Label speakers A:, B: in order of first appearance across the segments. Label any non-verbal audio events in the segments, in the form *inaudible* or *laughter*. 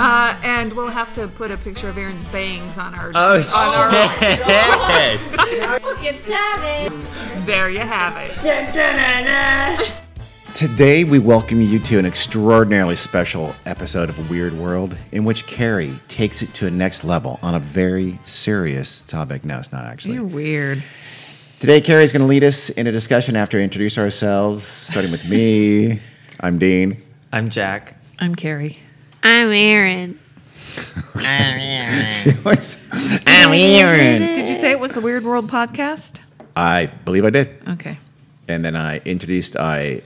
A: Uh, and we'll have to put a picture of Aaron's bangs on our.
B: Uh,
C: Oh
A: on our
C: shit!
D: It's savage.
A: there you have it.
B: Today we welcome you to an extraordinarily special episode of Weird World, in which Carrie takes it to a next level on a very serious topic. No, it's not actually.
A: weird.
B: Today, Carrie's going to lead us in a discussion after introduce ourselves, starting with *laughs* me. I'm Dean.
C: I'm Jack.
A: I'm Carrie.
D: I'm Aaron.
B: I'm Aaron.
A: Did you say it was the Weird World podcast?
B: *laughs* I believe I did.
A: Okay.
B: And then I introduced, I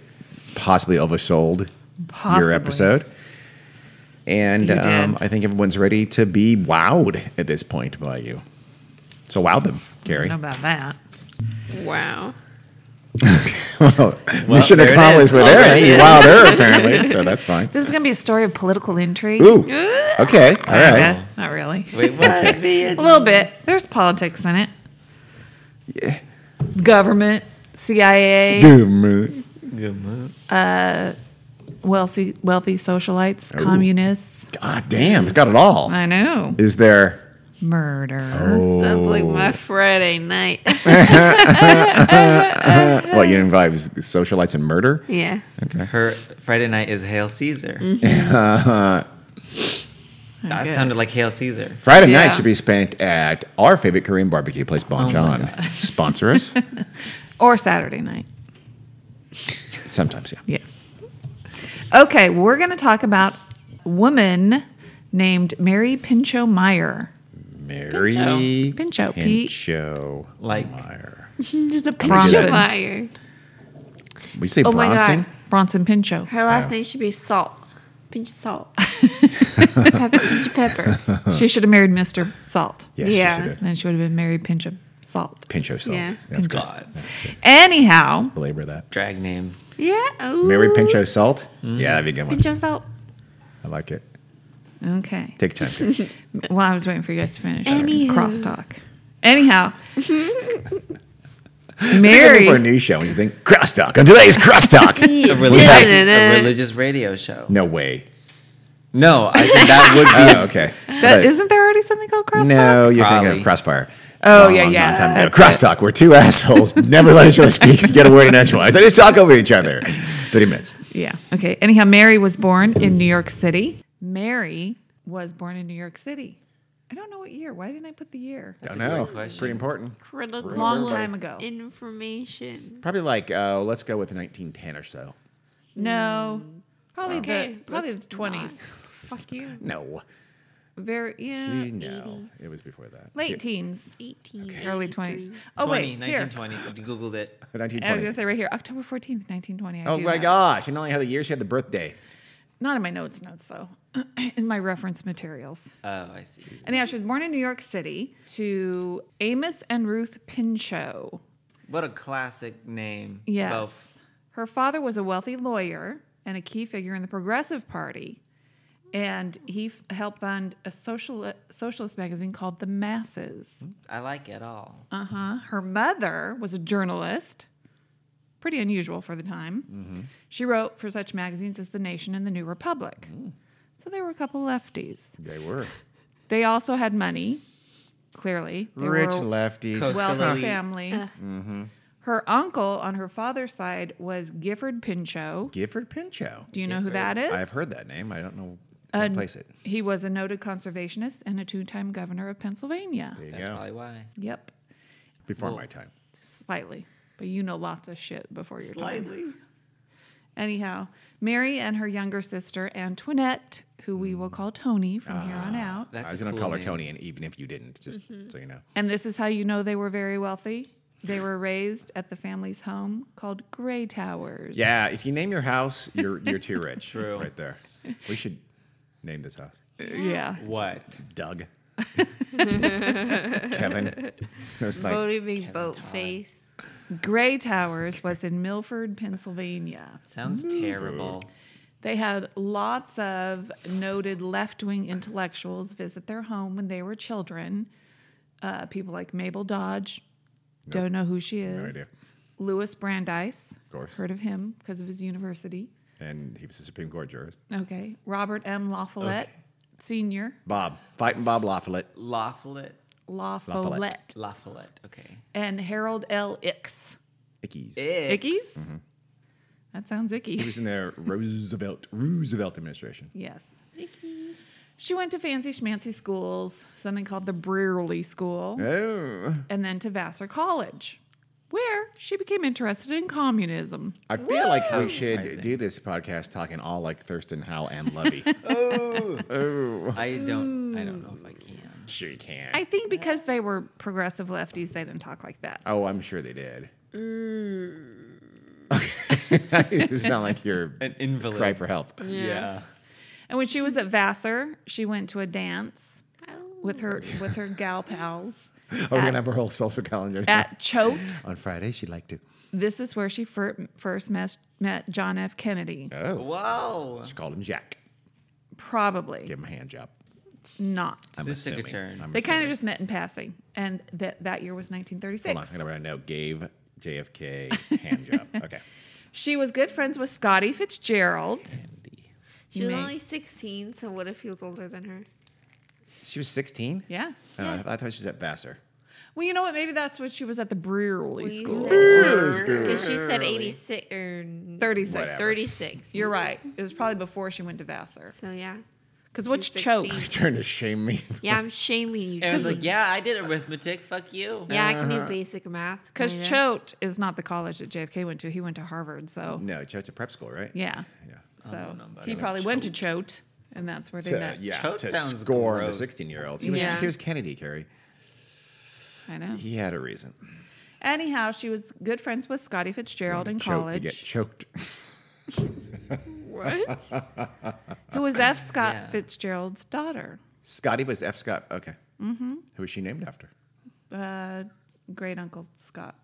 B: possibly oversold your
A: Possibly.
B: episode. And
A: You did.
B: um, I think everyone's ready to be wowed at this point by you. So wow them,
A: I
B: Carrie.
A: don't know about that.
D: Wow.
B: well, Mission
C: there it
B: accomplished
C: is.
B: with
C: Already.
B: Aaron. You wowed her, apparently. so that's fine.
A: This is going to be a story of political intrigue.
B: Ooh. Okay. All right.
A: Yeah, not really.
C: Wait,
A: *laughs*
C: what?
A: A little bit. There's politics in it. Yeah. Government, CIA,
B: Doom.
A: wealthy, wealthy socialites,
B: Oh.
A: communists.
B: God damn. It's got it all.
A: I know.
B: Is there.
A: Murder.
B: Oh.
D: Sounds like my Friday night.
B: Well, Uh, you invite socialites and murder?
D: yeah.
C: Her Friday night is Hail Caesar. that
A: Okay.
C: sounded like Hail Caesar.
B: Friday
D: Yeah.
B: night should be spent at our favorite Korean barbecue place, Bon John. Sponsor us.
A: Or Saturday night.
B: Sometimes, yeah.
A: Yes. Okay, we're going to talk about a woman named Mary Pinchot Meyer.
B: Mary
A: Pincho. P-
B: Pincho
C: Like-
B: Meyer.
D: *laughs* Just a pinch
A: Bronson.
D: of fire.
B: We say
D: Oh my
B: Bronson.
D: God.
A: Bronson Pinchot.
D: Her last name should be Salt. Pinch of salt. pepper, pinch of pepper.
A: She should have married Mr. Salt.
B: Yes, we
D: Yeah.
B: should do.
A: Then she would have been Mary Pinchot Salt.
B: Pincho salt.
D: Yeah.
B: That's good.
C: God.
A: Anyhow,
B: Belabor that.
C: Drag name.
D: Yeah. Ooh.
B: Mary Pincho salt. Yeah, that'd be a good one.
D: Pinch of salt.
B: I like it.
A: okay.
B: Take time.
D: *laughs*
B: Kate.
A: Well, I was waiting for you guys to finish our
D: Anywho.
A: crosstalk. Anyhow,
B: Looking for a
A: Mary.
B: new show, and you think crosstalk on today's crosstalk.
C: A religious, a
D: Da-da-da.
C: religious radio show.
B: *laughs* no way.
C: No, I
B: *laughs*
C: said that would be.
B: Oh, okay.
A: That, isn't there already something called crosstalk?
B: No, you're thinking
C: Probably.
B: of Crossfire.
A: Oh,
B: Long,
A: yeah,
B: long,
A: yeah.
B: long time ago.
A: That's
B: Crosstalk, where two *laughs* assholes never let each other speak, get a word in edgewise. They just talk over each other. 30 minutes.
A: Yeah. Okay. Anyhow, Mary was born in New York City. Mary was born in New York City. I don't know what year. Why didn't I put the year?
B: I
C: a
B: know.
C: great
B: It's
C: question.
B: pretty important.
D: Critical
A: Long time ago.
D: information.
B: Probably like, uh, let's go with 1910 or so.
A: No. Probably
D: Okay,
A: the probably
D: let's
A: the twenties.
D: Fuck you.
B: No.
A: Very yeah.
B: No. It was before that.
A: Late teens,
D: 18.
A: early
D: 83.
A: twenties. Oh
C: 20,
A: wait, here.
C: 1920. If you Googled it.
B: But
A: I was gonna
B: 1920.
A: say right here, October fourteenth, nineteen twenty.
B: Oh my gosh. And not only had the year, she had the birthday.
A: Not in my notes, notes though. *clears throat* in my reference materials.
C: Oh, I see.
A: Anyhow, she was born in New York City to Amos and Ruth Pinchot.
C: What a classic name.
A: Yes.
C: Both.
A: Her father was a wealthy lawyer and a key figure in the Progressive Party, and he f- helped fund a social uh, socialist magazine called The Masses.
C: I like it all.
A: Uh huh. Her mother was a journalist, pretty unusual for the time. She wrote for such magazines as The Nation and The New Republic. So they were a couple lefties.
B: They were.
A: They also had money, clearly. They
B: Rich
A: were
B: lefties.
C: Coast-
A: wealthy
C: Affiliate.
A: family.
B: Mm-hmm.
A: Her uncle on her father's side was Gifford Pinchot.
B: Gifford Pinchot.
A: Do you know who that is?
B: I've heard that name. I don't know.
A: Uh,
B: Can't place it.
A: He was a noted conservationist and a two-time governor of Pennsylvania.
B: There you
C: That's
B: go.
C: probably why.
A: Yep,
B: Before my time.
A: slightly, but you know lots of shit before your slightly. Anyhow, Mary and her younger sister Antoinette, who we will call Tony from here on
B: Ah,
A: out,
C: That's
B: I was
C: a
B: going to
C: cool
B: call her
C: name.
A: Mm-hmm.
B: Tony, and even if you didn't, just so you know.
A: and this is how you know they were very wealthy. They were raised at the family's home called Gray Towers.
B: Yeah, if you name your house, you're you're too *laughs* rich.
C: True.
B: Right there. We should name this house.
A: Yeah.
C: What?
B: Doug. Kevin. It's like
D: Bodie Big Boat Face.
A: Gray Towers was in Milford, Pennsylvania.
C: Sounds terrible.
A: They had lots of noted left wing intellectuals visit their home when they were children. Uh, people like Mabel Dodge, don't know who she is.
B: idea.
A: Louis Brandeis, of
B: course.
A: heard of him because of his university.
B: and he was a Supreme Court jurist.
A: Okay, Robert M. La Follette, Senior,
B: Bob. Fighting Bob Lafollette.
C: Lafayette.
A: La
B: Follette.
A: Follette,
C: Lafayette. Okay.
A: and Harold L. Icks.
B: Ickies.
C: Ick.
A: Ickies? That sounds icky.
B: He was in the Roosevelt Roosevelt administration.
A: Yes. She went to fancy schmancy schools, something called the Brearley School,
B: Oh.
A: and then to Vassar College, where she became interested in communism.
B: I feel like we should
C: Amazing.
B: do this podcast talking all like Thurston Howell and *laughs* Levy.
C: I don't. I don't know if I can.
B: sure you can.
A: I think because they were progressive lefties, they didn't talk like that.
B: oh, I'm sure they did. *laughs* you sound like *laughs* you're
C: An invalid.
B: cry for help.
C: Yeah.
A: And when she was at Vassar, she went to a dance with her
B: Mm.
A: with her
B: *laughs*
A: gal pals
B: Oh, we're gonna have our whole social calendar now.
A: at Choate.
B: on Friday. She'd like to.
A: This is where she fir- first mes- met John F. Kennedy.
B: Oh,
C: Whoa.
B: she called him Jack.
A: Probably
B: Give him a hand job.
A: not.
C: This took a turn.
B: I'm
A: They kind
B: assuming.
A: of just met in passing, and that that year was
B: Hold on,
A: 1936.
B: I'm gonna write a note. Gave
A: *laughs*
B: JFK hand job. Okay.
A: she was good friends with Scotty Fitzgerald.
D: She was
A: Meg.
D: only 16, so what if he was older than her?
B: She was 16.
A: Yeah.
B: Uh, I thought she was at Vassar.
A: Well, you know what? Maybe that's what she was at the Brearley
D: Well, you
A: School.
D: said- 'cause she said 86 or
A: 36.
B: Whatever.
D: 36.
A: You're right. It was probably before she went to Vassar.
D: so yeah.
A: Because what's Oh,
D: She's
A: choke?
D: 16.
B: Trying to shame me. *laughs*
D: Yeah, I'm shaming you.
C: I was
D: dude.
E: *laughs*
C: like, yeah, I did arithmetic. Fuck you.
D: yeah, I can do basic math.
A: Because
D: kinda. *laughs*
A: Choate is not the college that JFK went to. He went to Harvard. So,
B: No, she was at prep school, right?
A: yeah.
B: Yeah.
A: So,
C: know about
A: he
C: it.
A: probably went to Choate, and that's where they
B: To,
A: met.
B: yeah,
C: Toad
B: to
C: sounds
B: score
C: gross.
B: the 16 year olds. He was,
D: Yeah.
B: he was Kennedy, Carrie.
A: I know.
B: He had a reason.
A: Anyhow, she was good friends with Scotty Fitzgerald in
B: Choke, you get
A: college,
B: choked. *laughs*
D: What?
A: who was F. Scott
C: Yeah.
A: Fitzgerald's daughter.
B: Scotty was F. Scott. Okay. Mm-hmm. Who was she named after?
A: Uh, great uncle Scott.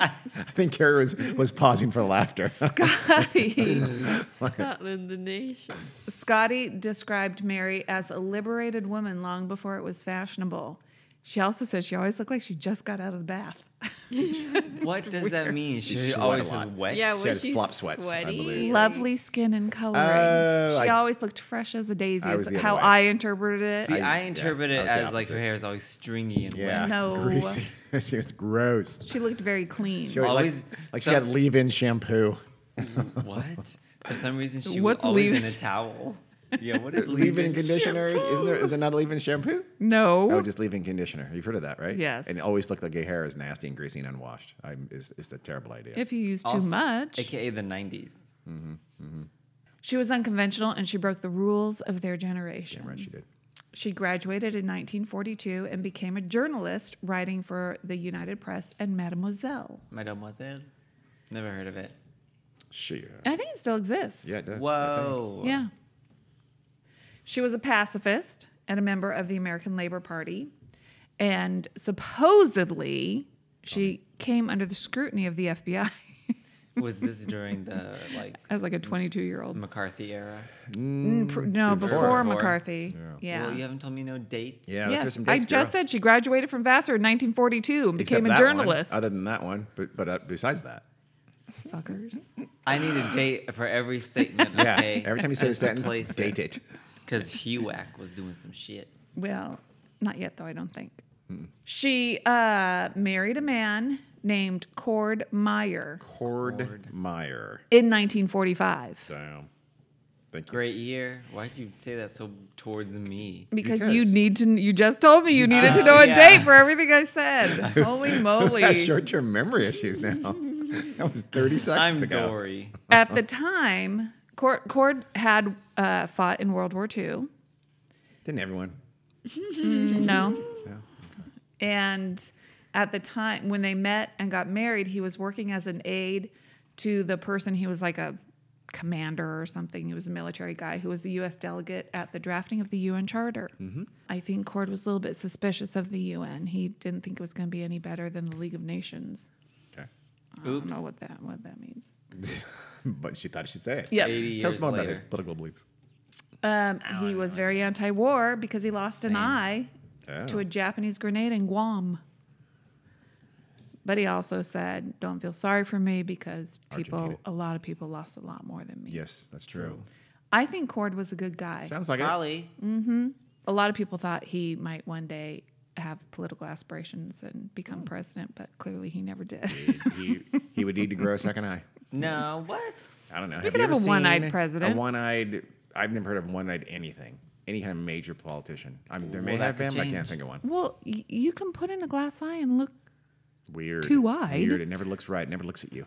B: I think Carrie was, was pausing for *laughs* laughter.
A: Scotty.
D: Scotland, the
B: *laughs*
D: nation.
A: Scotty described Mary as a liberated woman long before it was fashionable. She also said she always looked like she just got out of the bath.
C: What does that mean? She,
B: sweat a
C: always is
B: lot.
C: wet.
D: Yeah,
B: She
D: was
B: had
D: she
B: flop sweats, I
D: sweaty?
B: believe.
A: Lovely skin and coloring.
B: Oh,
A: she
B: I-
A: always looked fresh as a daisy,
B: I
A: is
B: was the other
A: how
B: way.
A: I interpreted it.
C: See, I,
B: yeah,
C: interpret
B: I
C: it
B: was the
C: as like her
B: opposite.
C: hair is always stringy and
B: Yeah.
C: wet.
A: No.
B: Greasy. *laughs* she was gross.
A: she looked very clean.
B: She always
C: Always
B: like, like she
C: some-
B: had leave in shampoo. *laughs*
C: What? For some reason, she
A: What's
C: was always in a
A: leave-
C: towel. Yeah, what is
B: Leave in
A: *laughs*
C: leaving?
B: conditioner. Isn't there, is there not a leave in shampoo?
A: No.
B: Oh, just leave in conditioner. You've heard of that, right?
A: Yes.
B: And it always looked like your hair is nasty and greasy and unwashed. I'm, it's, it's a terrible idea.
A: if you use too
C: Also-
A: much.
C: AKA the 90s.
A: She was unconventional and she broke the rules of their generation.
B: Damn right she did.
A: She graduated in 1942 and became a journalist writing for the United Press and Mademoiselle.
C: Mademoiselle. Never heard of it.
B: She. uh,
A: I think it still exists.
B: Yeah. It does, I think.
C: Whoa.
A: Yeah. She was a pacifist and a member of the American Labor Party. And supposedly, she came under the scrutiny of the FBI
C: Was this during the like
A: *laughs* as like a 22 year
B: Mm,
A: old.
C: McCarthy era?
A: No, before,
C: Before.
A: McCarthy. Yeah.
C: Well, you haven't told me no date.
B: Yeah. Let's hear
A: Yes,
B: some
A: I
B: dates,
A: just
B: girl.
A: said she graduated from Vassar in 1942 and
B: Except
A: became a
B: that one,
A: journalist.
B: other than that one, but but uh, besides that,
A: Fuckers.
C: I need a date for every statement.
B: *laughs* yeah.
C: Okay.
B: Every time you say a
C: place
B: sentence,
C: it.
B: date it.
C: Because HUAC was doing some shit.
A: Well, not yet, though, I don't think. She uh, married a man named Cord Meyer
B: Cord Meyer.
A: in 1945.
B: Damn. Thank you.
C: Great year. Why'd you say that so towards me?
A: Because, you
B: Because-
A: need to, you just told me you needed to
C: Oh,
A: know a
C: yeah.
A: date for everything I said. Holy
B: Got
A: moly.
B: short-term memory issues
A: *laughs*
B: now. that was 30 seconds
C: I'm
B: ago.
C: Dory.
A: At the time, Cord, Cord had uh, fought in World War II.
B: Didn't everyone?
A: No. And at the time when they met and got married, he was working as an aide to the person he was like a commander or something. He was a military guy who was the U.S. delegate at the drafting of the UN Charter. I think Cord was a little bit suspicious of the UN. He didn't think it was going to be any better than the League of Nations.
B: Okay.
A: I don't know what that what that means.
B: But she thought she'd say it.
A: Yeah.
C: 80
B: Tell us
C: years
B: more about
C: later.
B: his political beliefs.
A: Um, he was very anti-war because he lost an eye
B: Oh,
A: to a Japanese grenade in Guam. But he also said, "Don't feel sorry for me because people,
B: Argentina.
A: a lot of people lost a lot more than me."
B: Yes, that's true.
A: I think Cord was a good guy.
B: Sounds like it.
C: Molly.
A: a lot of people thought he might one day have political aspirations and become president, but clearly he never did.
B: he, he would need to grow a second eye.
A: Mm-hmm.
C: No, what?
B: I don't know.
A: could have
B: ever
A: a one-eyed
B: seen
A: president.
B: A one-eyed. I've never heard of one-eyed anything. Any kind of major politician. I mean, there may
C: Well, that
B: have been,
C: could
B: but I can't
C: change.
B: think of one.
A: *laughs* well, y- you can put in a glass eye and look.
B: Weird.
A: Two-eyed?
B: Weird. It never looks right. It never looks at you.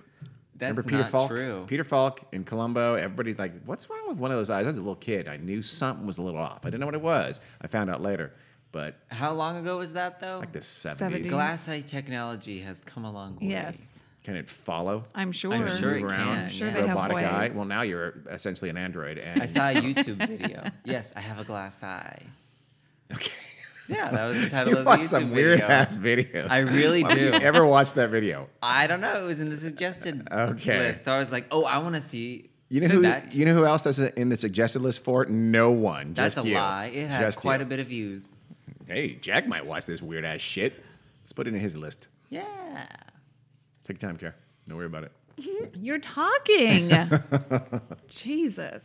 C: That's
B: Remember Peter
C: not
B: Falk?
C: true.
B: Peter Falk in Colombo. Everybody's like, "What's wrong with one of those eyes?" I was a little kid. I knew something was a little off. I didn't know what it was. I found out later, but
C: How long ago was that though?
B: like the
A: Seventies.
B: seventies,
C: Glass eye technology has come a long way.
A: Yes,
B: can it follow?
A: I'm sure.
C: I'm sure it
B: Move around,
C: can.
A: I'm sure
C: yeah.
A: they have
B: robotic eye.
A: ways.
B: Well, now you're essentially an android. And *laughs*
C: I
A: *laughs*
C: saw a YouTube video. Yes, I have a glass eye.
B: Okay.
C: Yeah,
B: *laughs*
C: that was the title
B: You
C: of the
B: watch
C: YouTube
B: some weird
C: video.
B: ass videos. *laughs*
C: I really
B: Why would
C: do.
B: you ever watch that video?
C: I don't know. It was in the suggested
B: Okay.
C: list. I was like, oh, I want to see.
B: You know who?
C: That,
B: You know who else that's in the suggested list for it? No one.
C: that's
B: just
C: a
B: you.
C: lie. It had
B: Just
C: quite
B: you.
C: a bit of views.
B: Hey, Jack might watch this weird ass shit. Let's put it in his list.
C: Yeah.
B: Take your time, care. Don't worry about it.
A: You're talking. Jesus.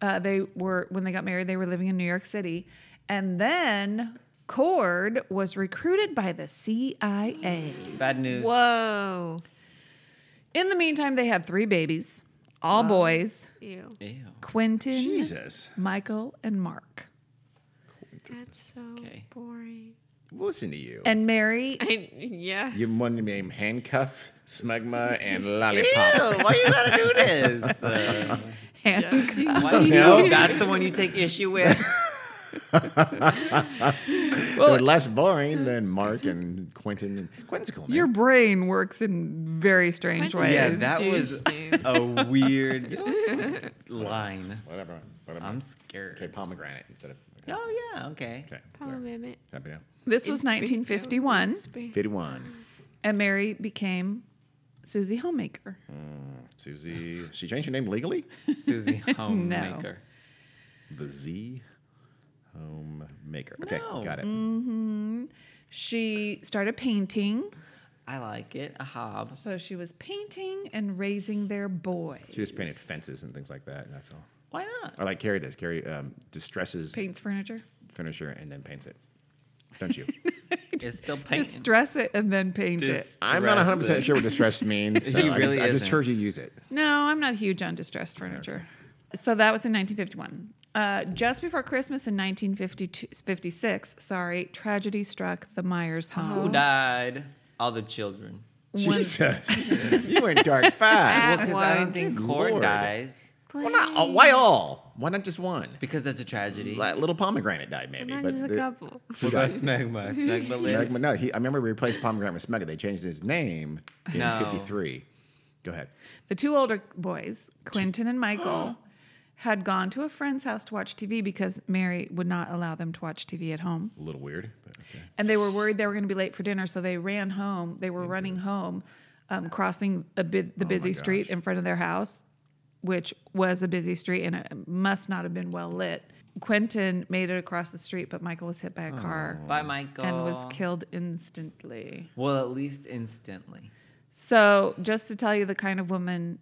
A: Uh, they were when they got married. They were living in New York City, and then Cord was recruited by the CIA.
C: Bad news.
D: Whoa.
A: In the meantime, they had three babies, all boys:
D: Ew.
C: Ew.
A: Quentin,
B: Jesus.
A: Michael, and Mark.
D: That's so
C: Okay.
D: boring.
B: Listen to you.
A: And Mary
D: *laughs* I, yeah.
B: you one name Handcuff, Smegma, and
C: Ew,
B: Lollipop.
C: why you gotta do
B: *laughs*
C: this? Uh,
A: Hancock.
C: why do you
B: No.
C: think that's the one you take issue with?
B: They're less boring than Mark and Quentin. And Quentin's a cool name.
A: Your brain works in very strange
D: Quentin.
C: yeah,
A: ways.
C: that
D: dude,
C: was
D: dude.
B: *laughs*
C: a weird line.
B: whatever. whatever.
C: I'm
B: okay,
C: scared.
B: pomegranate instead of. Okay.
C: Oh yeah, okay.
B: Okay. there.
D: Pomegranate.
B: Happy now.
A: this was 1951,
B: Fifty-one.
A: and Mary became Susie Homemaker.
B: Susie. She changed her name legally.
C: *laughs* Susie Homemaker.
B: The Z Homemaker. Okay,
C: No. Mm.
B: got it.
A: She started painting.
C: I like it. A hob.
A: So she was painting and raising their boy.
B: She just painted fences and things like that. and That's all.
C: Why not?
B: Or like Carrie does. Carrie um, distresses
A: Paints furniture.
B: finisher and then paints it. Don't
C: *laughs*
B: you?
C: It's still painting.
A: Distress it and then paint it.
B: I'm not 100 percent
C: Distress.
B: sure what distress means. So
C: *laughs* He
B: I,
C: really
B: just, I just
C: isn't.
B: heard you use it.
A: No, I'm not huge on distressed furniture. So that was in 1951. Uh, just before Christmas in 1956, sorry, tragedy struck the Myers
C: Who
A: home.
C: died? All the children.
D: *laughs*
B: Jesus, you went dark fast.
D: At
C: Because I don't
D: once.
C: think
B: Good
C: Cord
B: Lord.
C: dies
B: well, not, oh, why all? Why not just one?
C: because that's a tragedy.
B: Like little pomegranate died maybe,
D: Not
B: but
D: just a
B: the- *laughs*
D: couple.
C: What about Smegma? Smegma lived.
B: Smegma- no, he, I remember we replaced pomegranate with Smegma. They changed his name in
C: No.
B: '53. Go ahead.
A: The two older boys, Quentin and Michael, had gone to a friend's house to watch TV because Mary would not allow them to watch TV at home.
B: A little weird, but okay.
A: And they were worried they were going to be late for dinner, so they ran home. They were running home, um, crossing a bit the busy street in front of their house, which was a busy street and it must not have been well lit. Quentin made it across the street, but Michael was hit by a car
C: Bye, Michael.
A: and was killed instantly.
C: Well, at least instantly.
A: So, just to tell you the kind of woman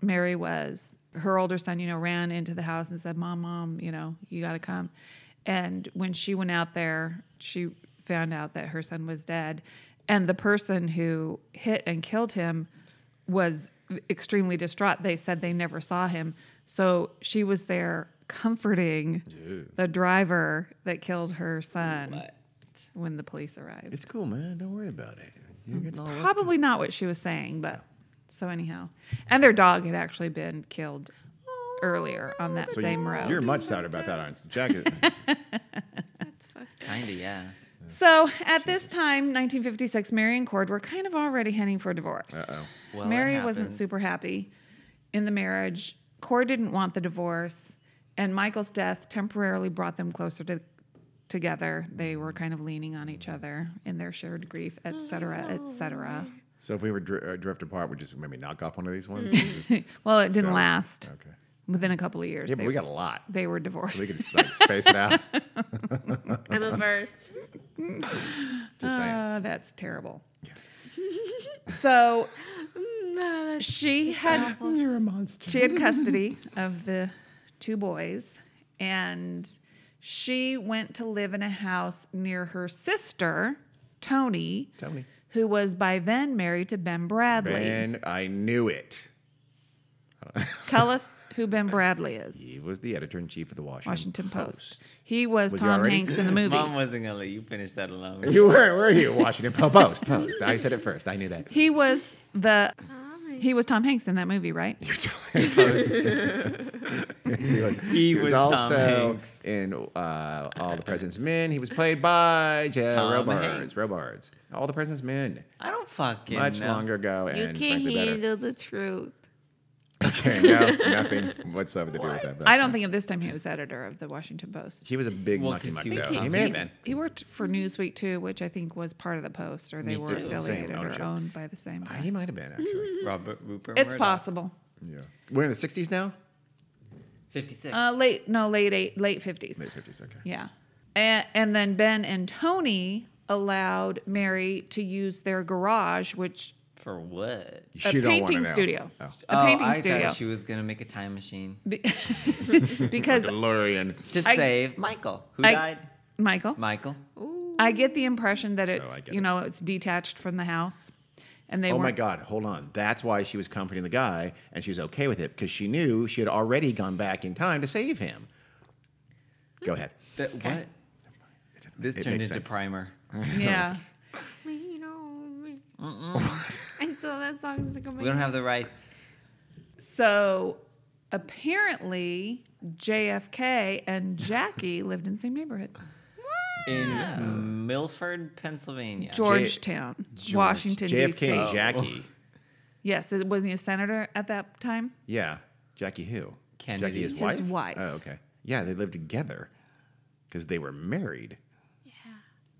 A: Mary was, her older son, you know, ran into the house and said, Mom, Mom, you know, you got to come. And when she went out there, she found out that her son was dead. And the person who hit and killed him was extremely distraught. They said they never saw him. So, she was there comforting the driver that killed her son
C: But
A: when the police arrived
B: It's cool, man. Don't worry about it. You're getting all up.
A: probably not what she was saying, but so anyhow. And their dog had actually been killed earlier
B: Oh,
A: on that
B: So you-
A: same
D: *laughs*
A: road.
B: You're much sadder about that, aren't you? Jack is,
D: That's fucked up.
C: kinda, yeah.
A: So at this time, 1956, Mary and Cord were kind of already heading for divorce.
B: Uh,
C: Well, it
A: Mary wasn't
C: happens.
A: super happy in the marriage. Cord didn't want the divorce, and Michael's death temporarily brought them closer to together. They were kind of leaning on each other in their shared grief,
B: Oh,
A: et cetera, et
B: *laughs*
A: cetera.
B: So if we were dr- uh, drift apart, we just maybe knock off one of these ones.
D: Mm-hmm.
B: Just-
A: Well, it didn't
B: So,
A: last.
B: okay.
A: Within a couple of years,
B: Yeah,
A: they,
B: but we got a lot.
A: they were divorced.
B: So we could just like space it out.
E: I'm averse.
B: Just saying.
A: Uh, that's terrible. so she had
B: You're a monster.
A: she had custody of the two boys, and she went to live in a house near her sister Tony,
B: Tony.
A: who was by then married to Ben Bradley.
B: And I knew it.
A: Tell us who Ben Bradley is.
B: He was the editor in chief of the Washington,
A: Washington Post. He was,
B: Was he
A: Tom
B: already-
A: Hanks in the movie.
C: Mom wasn't gonna let you finish that
B: *laughs*
C: alone.
B: You were, were you? Washington Po- Post. Post. I said it first. I knew that. *laughs*
A: He was the he was Tom Hanks in that movie, right?
B: You're telling
C: *laughs*
B: Post. he was,
C: He was Tom Hanks.
B: in uh, All the President's Men. He was played by Jay
C: Tom
B: Robards.
C: Hanks.
B: Robards. All the President's Men.
C: I don't fucking
B: Much
C: know.
B: longer ago
E: You
B: and
E: can't
B: frankly better.
E: handle the truth.
B: *laughs* Okay, no,
C: *laughs*
B: nothing whatsoever to do with that. but-
A: I don't think at this time he was editor of the Washington Post.
B: He was a big
C: Well,
B: mucky
C: 'cause
B: muck
C: he was
B: though. He
C: Tom
B: may have been.
C: Hanks.
A: He worked for Newsweek too, which I think was part of the Post, or they
C: Me
A: were
C: too.
A: affiliated
B: Same ownership.
A: or owned by the same.
B: He might have been actually.
C: Robert Rupert.
A: It's
C: Murdoch.
A: possible.
B: Yeah. We're in the '60s now.
C: Fifty-six.
A: Uh, late, no, late eight, late fifties.
B: Late '50s. Okay.
A: Yeah, and, and then Ben and Tony allowed Mary to use their garage, which
C: For what?
A: a
B: She don't wanna
A: painting
B: know.
A: studio,
B: Oh.
A: a painting
C: I thought
A: studio,
C: she was gonna make a time machine.
B: *laughs*
A: Be- *laughs* because
B: DeLorean.
C: Just
A: I-
C: save Michael, who
A: I-
C: died.
A: *laughs* Michael.
C: Michael.
A: I get the impression that it's
B: Oh, I get
A: you
B: it.
A: know it's detached from the house, and they
B: Oh my
A: weren't
B: God! Hold on. That's why she was comforting the guy, and she was okay with it because she knew she had already gone back in time to save him. Go ahead.
C: Th- What? This
B: It
C: turned
B: makes
C: into
B: sense.
C: primer.
B: *laughs*
A: Yeah.
E: You know,
D: *laughs*
E: I saw that song. It's like, oh my
C: We don't have the rights.
A: So apparently, JFK and Jackie
C: *laughs*
A: lived in the same neighborhood,
C: in Milford, Pennsylvania.
A: Georgetown, Washington D.C.
B: JFK and Jackie.
C: Oh.
A: Yes, it wasn't he a senator at that time?
B: Yeah, Jackie who?
C: Kennedy.
B: Jackie his
C: His
B: wife.
A: wife.
B: Oh, okay. Yeah, they lived together because they were married. Yeah.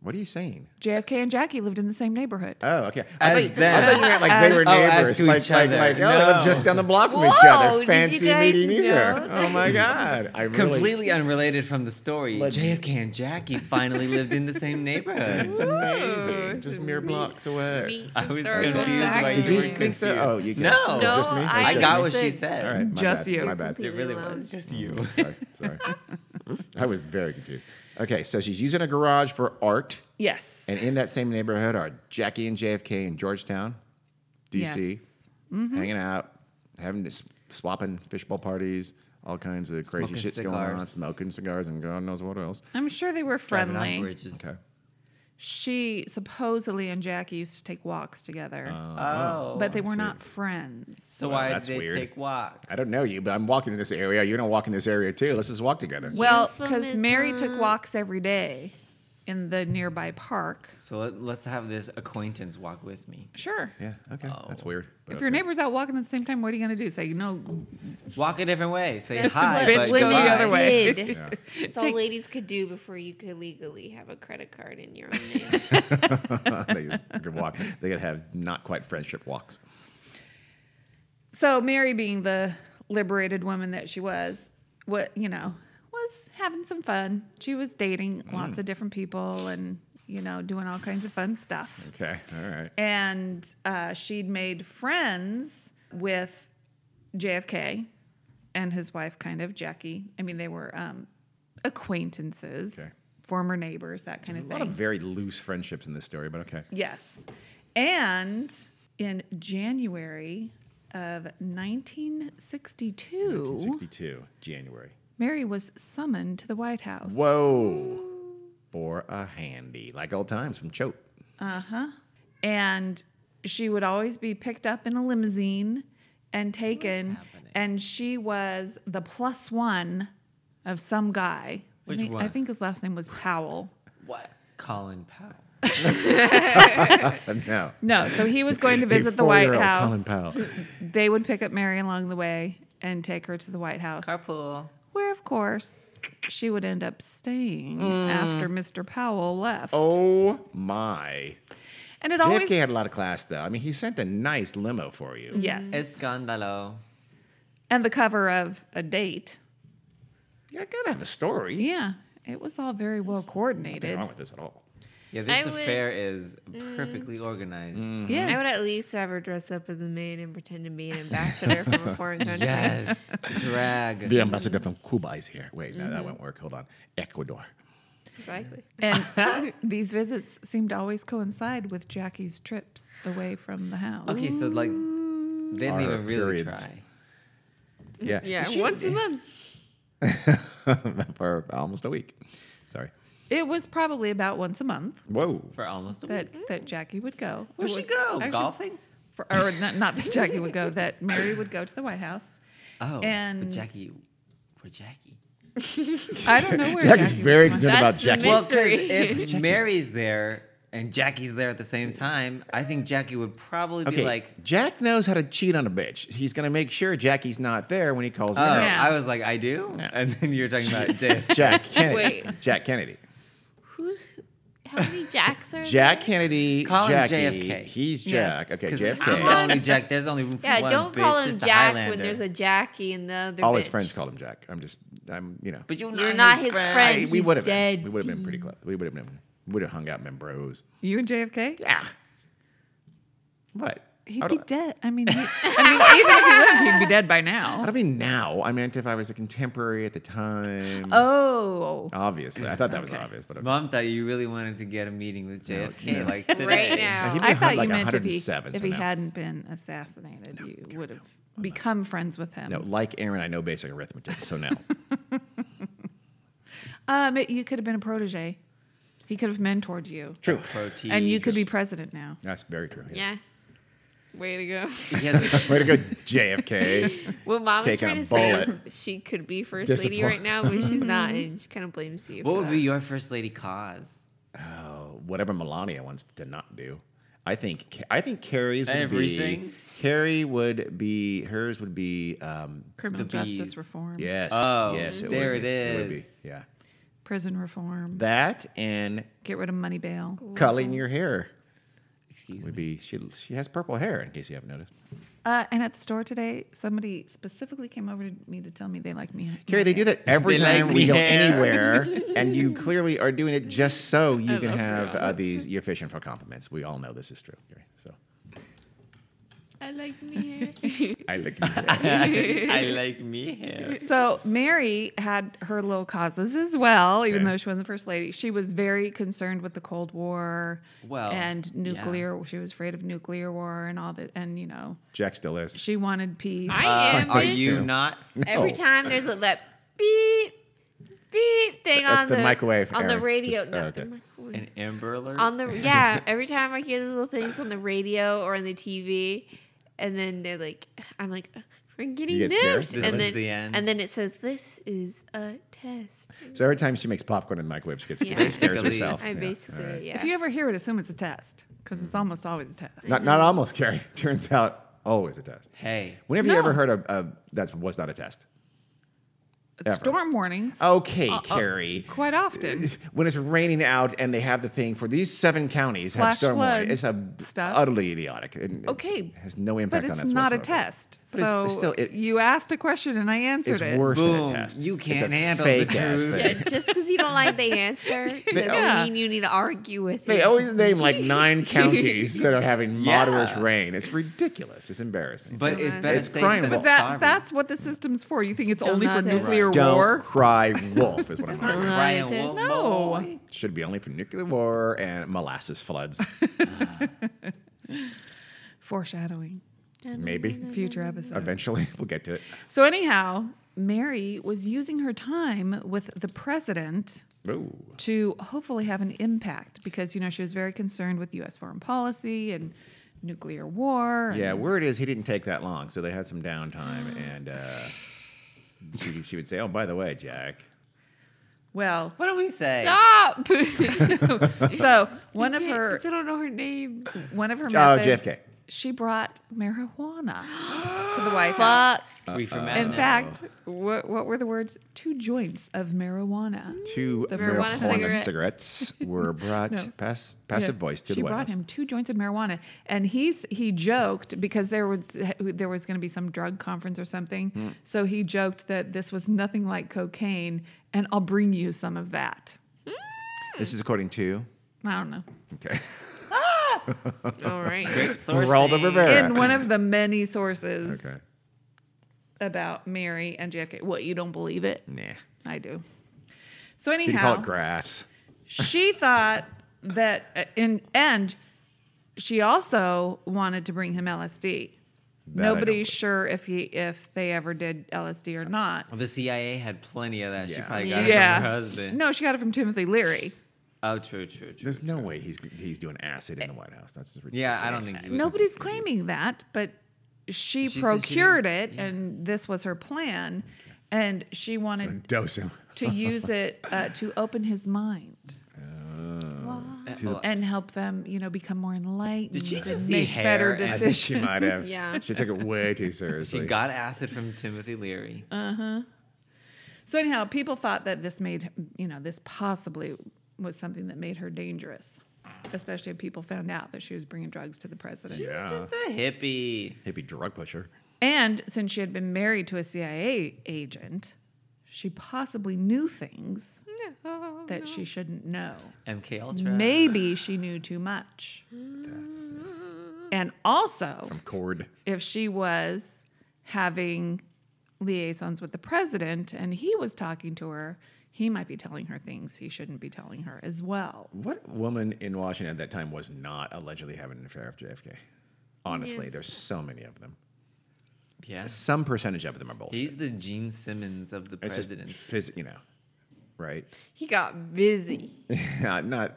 B: What are you saying?
A: JFK and Jackie lived in the same neighborhood.
C: Uh,
B: Oh, okay. I
C: As
B: thought, you-
C: them.
B: I thought you meant like they
A: As-
B: were
C: Oh, as
B: neighbors,
C: to
B: like,
C: each
B: like,
C: other.
B: like, oh, they live
C: No.
B: just down the block from each
A: Whoa, did
B: other.
A: you
B: Fancy
A: guys
B: meeting you. here.
A: know
B: Oh my God! I really
C: Completely unrelated from the story, JFK and Jackie finally lived in the same neighborhood.
A: *laughs*
B: It's amazing. Just mere blocks away.
C: I was
E: Historical
C: confused why
E: fact.
C: you
B: Did you
C: were
B: think
C: confused.
B: so? Oh, you got
C: No.
B: it was just me?
E: No,
B: It was
E: I
C: I
B: just
C: got
B: me.
C: what she
E: Just-
C: said.
B: All right, my
A: Just
B: bad.
A: you.
B: My bad.
C: It really
E: Leave it
C: was
E: alone.
C: just you.
B: Sorry, sorry. I was very confused. Okay, so she's using a garage for art,
A: Yes.
B: and in that same neighborhood are Jackie and JFK in Georgetown, D.C.,
A: Yes.
B: hanging out, having this swapping fishbowl parties, all kinds of crazy
C: Smoking
B: shit going on,
C: cigars.
B: smoking cigars, and God knows what else.
A: I'm sure they were
C: Driving on
A: friendly.
C: bridges.
B: Okay.
A: She supposedly and Jackie used to take walks together,
C: Oh,
A: but they were not friends.
C: so why did
B: that's
C: they
B: weird.
C: take walks?
B: I don't know you, but I'm walking in this area. You're gonna walk in this area too. Let's just walk together.
A: Well, because Mary took walks every day in the nearby park.
C: So let, let's have this acquaintance walk with me.
A: Sure.
B: Yeah. Okay. That's weird. but
A: If your
B: okay.
A: neighbor's out walking at the same time, what are you going to do? Say, no,
C: Walk a different way. Say
E: That's
C: hi.
E: what
C: but
A: bitch, go the
E: women
A: other way.
E: did. It's all ladies could do before you could legally have a credit card in your own name.
B: *laughs* they just could walk. They could have not quite friendship walks.
A: So Mary, being the liberated woman that she was, what you know, was having some fun. She was dating
B: Mm.
A: lots of different people and you know doing all kinds of fun stuff.
B: Okay, all right.
A: And uh, she'd made friends with JFK and his wife, kind of Jackie. I mean, they were um, acquaintances,
B: Okay.
A: former neighbors, that kind
B: There's
A: of
B: a
A: thing.
B: lot of very loose friendships in this story, but okay.
A: Yes. And in January of 1962,
B: 1962, January.
A: Mary was summoned to the White House.
B: Whoa. For a handy, like old times from Choate.
A: And she would always be picked up in a limousine and taken. And she was the plus one of some guy. I
C: Which
A: think, I
C: one?
A: think his last name was Powell.
C: What? Colin Powell.
B: No.
A: No, so he
B: *laughs*
A: was going to *laughs* visit the White
B: four-year-old
A: House.
B: Colin Powell.
A: *laughs* They would pick up Mary along the way and take her to the White House,
C: Carpool.
A: where, of course, she would end up staying after Mr. Powell left.
B: Oh my.
A: and it
B: JFK
A: always
B: had a lot of class, though. I mean, he sent a nice limo for you.
A: yes,
C: Escándalo.
A: and the cover of a date.
B: You're gonna have a story.
A: Yeah, it was all very well
B: Nothing
A: coordinated.
B: wrong with this at all.
C: Yeah, this
E: I would-
C: affair is perfectly organized.
E: *laughs*
B: Mm.
E: I would
A: Yes,
E: at least have her dress up as a man and pretend to be an ambassador from a foreign
B: *laughs*
E: country.
C: Yes, drag.
B: The ambassador from Cuba is here. Wait, no,
A: Mm-hmm.
B: that won't work. Hold on. Ecuador.
E: *laughs* Exactly.
A: and *laughs* these visits seemed to always coincide with Jackie's trips away from the house.
C: Okay, so like they didn't
B: Our
C: even really
B: periods.
C: try.
B: Yeah.
E: Yeah,
B: She-
E: once a month.
B: *laughs* for almost a week. Sorry.
A: It was probably about once a month
B: Whoa.
C: For almost a week.
A: that, that Jackie would go. It
C: Where'd she
A: was
C: go?
A: actually-
C: Golfing?
A: for, or not, not that Jackie would go, that Mary would go to the White House.
C: Oh,
A: And-
C: but Jackie, for Jackie.
A: I don't know where
B: Jackie's
A: Jackie
B: very
A: was.
B: concerned about
E: That's the
B: Jackie.
C: Well, 'cause
E: Mystery. *laughs*
C: if Mary's there and Jackie's there at the same time, I think Jackie would probably be
B: okay.
C: like,
B: Jack knows how to cheat on a bitch. He's gonna make sure Jackie's not there when he calls.
C: "Oh,
B: Mary.
A: Yeah.
C: I was like, I do," and then you're talking about
B: *laughs*
C: JFK.
B: Jack Kennedy.
E: Wait.
B: Jack Kennedy.
E: Who's how many Jacks are?
B: Jack Kennedy.
C: Call him
B: Jackie.
C: JFK.
B: He's
A: Yes.
B: Jack. Okay,
C: 'Cause I'm the
B: JFK.
C: only Jack. There's only room for
E: There? Yeah,
C: one
E: don't
C: bitch,
E: call
C: it's
E: him
C: the
E: Jack
C: Highlander.
E: when there's a Jackie and the other.
B: All his
E: bitch.
B: friends called him Jack. I'm just. I'm. You know.
C: But you're not,
E: You're not his friend.
B: I- we
E: He's
B: would have. Been,
E: dead.
B: we would have been pretty close. We would have been. Would have hung out and been bros.
A: You and JFK?
B: Yeah. What?
A: He'd
B: How
A: be
B: do-
A: dead. I mean, he, I mean, even if he lived, he'd be dead by
B: I
A: now.
B: don't mean now. I meant if I was a contemporary at the time.
A: Oh,
B: Obviously, I thought that was
A: Okay.
B: obvious, but okay.
C: Mom thought you really wanted to get a meeting with JFK like today.
E: *laughs* right
B: He'd
E: now.
B: be
A: I
B: hun-
A: thought
B: like
A: you meant if he,
B: 107,
A: if
B: so
A: he
B: no.
A: hadn't been assassinated, you would have become friends with him.
B: No, like Aaron, I know basic arithmetic, so no.
A: Um, it- you could have been a protege. He could have mentored you,
B: true.
C: Protein.
A: and you could be president now.
B: That's very true.
E: Yeah. Way to go.
C: He has
E: *laughs*
C: a-
B: Way to go, JFK.
E: Well, mom is
B: Taking
E: trying
B: a
E: to say is
B: bullet.
E: *laughs* she could be first
B: Disappoint-
E: lady right now, but she's not,
B: *laughs*
E: and she kind of blames you.
C: what
E: for
C: would
E: that.
C: be your first lady
E: *laughs*
C: cause?
B: oh, whatever Melania wants to not do. I think I think Carrie's would
C: Everything?
B: be Carrie would be hers would be um,
A: Criminal
C: The
A: justice
C: bees.
A: reform,
B: yes
C: Oh,
B: yes it
C: there
B: would be,
C: it
B: would be,
C: is.
B: yeah
A: prison reform,
B: that and
A: get rid of money bail.
B: culling your hair
C: Excuse me.
B: would be she she has purple hair in case you haven't noticed
A: Uh, and at the store today, somebody specifically came over to me to tell me they like me.
B: Carrie, they do that every
C: They like
B: time we go
C: me hair.
B: anywhere, and
C: *laughs*
B: you clearly are doing it just so you can have uh, these. You're fishing for compliments. We all know this is true. Carrie, So
E: I like me hair.
C: *laughs*
B: I look.
C: I like me hair.
A: So Mary had her little causes as well, even
B: Okay.
A: though she wasn't the first lady. She was very concerned with the Cold War,
C: Well,
A: and
C: yeah.
A: nuclear. She was afraid of nuclear war and all that, and you know
B: Jack still is.
A: she wanted peace.
E: *laughs* I am.
C: Are
E: bitch.
C: you
B: too.
C: not?
E: Every
B: No.
E: time there's a that beep beep thing
B: That's
E: on
B: the microwave,
E: on the
B: Erin.
E: radio.
B: Just-
E: no,
B: oh,
E: the
B: okay.
E: microwave.
C: An Amber Alert?
E: on the yeah. Every time I hear those little things on the radio or on the TV, and then they're like, I'm like, we're getting
B: You get scared?
E: nuked,
B: This
E: and
C: is
E: then
C: the end.
E: and then it says this is a test.
B: So every time she makes popcorn in the microwave, she gets
E: Yeah.
B: she scares
C: Basically.
B: herself.
E: I
B: Yeah.
E: basically yeah.
A: If you ever hear it, assume it's a test because it's almost always a test.
B: Not not almost, Carrie. *laughs* Turns out always a test.
C: hey,
B: When have you
A: No.
B: ever heard of uh, that's was not a test? Ever.
A: Storm warnings
B: Okay,
A: Uh,
B: Carrie.
A: quite often.
B: when it's raining out and they have the thing for these seven counties have
A: Flash
B: storm warning,
A: flood
B: it's a
A: stuff.
B: utterly idiotic. and
A: Okay,
B: has no
A: But
B: impact on us.
A: it's not a
B: whatsoever.
A: test.
B: But it's-
A: so
B: it's still- it-
A: you asked a question and I answered
B: It's
A: it.
B: worse than
C: Boom.
B: a test.
C: You
B: It's
C: can't
B: a
C: handle the
B: fake-ass
C: truth.
B: thing.
E: just because you don't like the answer doesn't
A: Yeah.
E: mean you need to argue with
B: They
E: it.
B: always name like
A: *laughs*
B: nine counties that are having
C: Yeah.
B: moderate rain. It's ridiculous. It's embarrassing.
C: but it's better
B: It's
C: safe
B: crime.
C: than
B: But
A: That
C: sorry.
A: that's what the system's for. You think it's
E: Still
A: only for
E: not it.
A: nuclear
B: don't
A: war?
B: cry wolf is what I'm arguing.
C: Brian
E: No.
C: Wolf.
A: No.
B: Should be only for nuclear war and molasses
A: *laughs*
B: floods,
A: Foreshadowing
B: maybe.
A: future episode.
B: Eventually, *laughs* we'll get to it.
A: So anyhow, Mary was using her time with the president
B: Ooh.
A: to hopefully have an impact because you know she was very concerned with U.S. foreign policy and nuclear war. and-
B: Yeah, word is he didn't take that long, so they had some
A: *gasps*
B: downtime, and uh, she, she would say, "Oh, by the way, Jack,
A: Well,
C: What do we say?
A: *laughs* stop. so one of
E: Okay,
A: her
E: 'cause I don't know her name.
A: one of her
B: Oh,
A: methods,
B: JFK.
A: she brought marijuana to the White House.
E: Fuck.
C: We from
A: In
C: Atlanta.
A: fact, what, what were the words? Two joints of marijuana.
B: Two
A: The
B: marijuana
A: marijuana
E: cigarette.
B: cigarettes
A: *laughs*
B: were brought
A: No.
B: pass, passive
A: Yeah.
B: voice to
A: she
B: the White
A: brought
B: House.
A: him two joints of marijuana, and he's he joked because there was there was going to be some drug conference or something,
B: Hmm.
A: so he joked that this was nothing like cocaine, and I'll bring you some of that.
B: This is according to
A: I don't know. *laughs*
B: okay.
E: All *laughs* right.
B: Geraldo Rivera.
A: In one
B: *laughs*
A: of the many sources
B: okay.
A: about Mary and JFK. What you don't believe it?
B: Nah.
A: I do. So
B: Did he call
A: anyhow,
B: it *laughs* grass?
A: she thought that uh, in and she also wanted to bring him LSD.
B: That I don't
A: Nobody's
B: believe.
A: sure if he if they ever did LSD or not.
C: The CIA had plenty of that. She
B: Yeah.
C: probably got it
A: yeah.
C: from her husband.
A: No, she got it from Timothy Leary.
C: Oh, true, true, true.
B: There's no way he's he's doing acid in the White House. That's just ridiculous.
C: yeah, I don't think he was
A: Nobody's claiming that, but she,
C: said she
A: procured it
C: didn't- yeah.
A: and this was her plan and she wanted
B: Dose him.
A: to use it uh, to open his mind and help them, you know, become more enlightened
C: Did she
A: and
C: just see
A: make better
C: hair and-
B: I think she
A: decisions.
B: might have.
E: Yeah.
B: She took it way too
C: She
B: seriously.
C: got acid from Timothy Leary.
A: *laughs* So anyhow, people thought that this made you know this possibly was something that made her dangerous, especially if people found out that she was bringing drugs to the president.
B: yeah.
C: Just a hippie.
B: Hippie drug pusher.
A: And since she had been married to a CIA agent, she possibly knew things that she shouldn't know.
C: MK Ultra.
A: Maybe she knew too much. Mm. And also,
B: Cord.
A: if she was having liaisons with the president and he was talking to her, he might be telling her things he shouldn't be telling her as well.
B: What woman in Washington at that time was not allegedly having an affair with JFK? Honestly, there's so many of them.
C: Yes.
B: Some percentage of them are bullshit.
C: He's the Gene Simmons of the
B: it's just
C: presidents.
B: phys- you know, right?
E: He got busy.
B: *laughs* not, not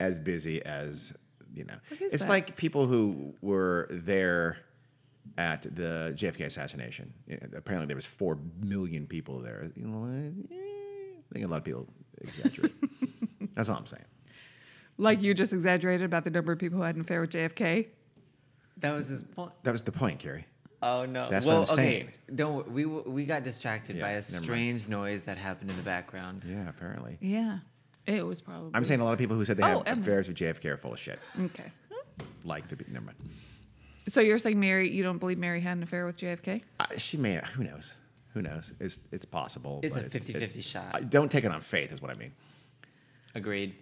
B: as busy as you know.
A: is
B: It's
A: that?
B: like people who were there at the JFK assassination. Yeah, Apparently, there was four million people there. You know, eh, I think a lot of people
A: *laughs*
B: exaggerate. That's all I'm saying.
A: Like you just exaggerated about the number of people who had an affair with JFK.
C: That was his point.
B: That was the point, Carrie.
C: Oh no.
B: That's what
C: well,
B: I'm saying.
C: okay. Don't we we got distracted
B: Yeah,
C: by a
B: never mind.
C: strange noise that happened in the background.
B: Yeah, apparently.
A: Yeah. It was probably.
B: I'm saying a lot of people who said they
A: Oh,
B: had
A: and
B: affairs with JFK are full of shit.
A: Okay.
B: Like the never mind.
A: So you're saying Mary, you don't believe Mary had an affair with JFK?
B: Uh, she may. Who knows? Who knows? It's it's possible.
C: It's
B: but
C: a 50-50 shot.
B: I- don't take it on faith, is what I mean. *laughs*
C: Agreed.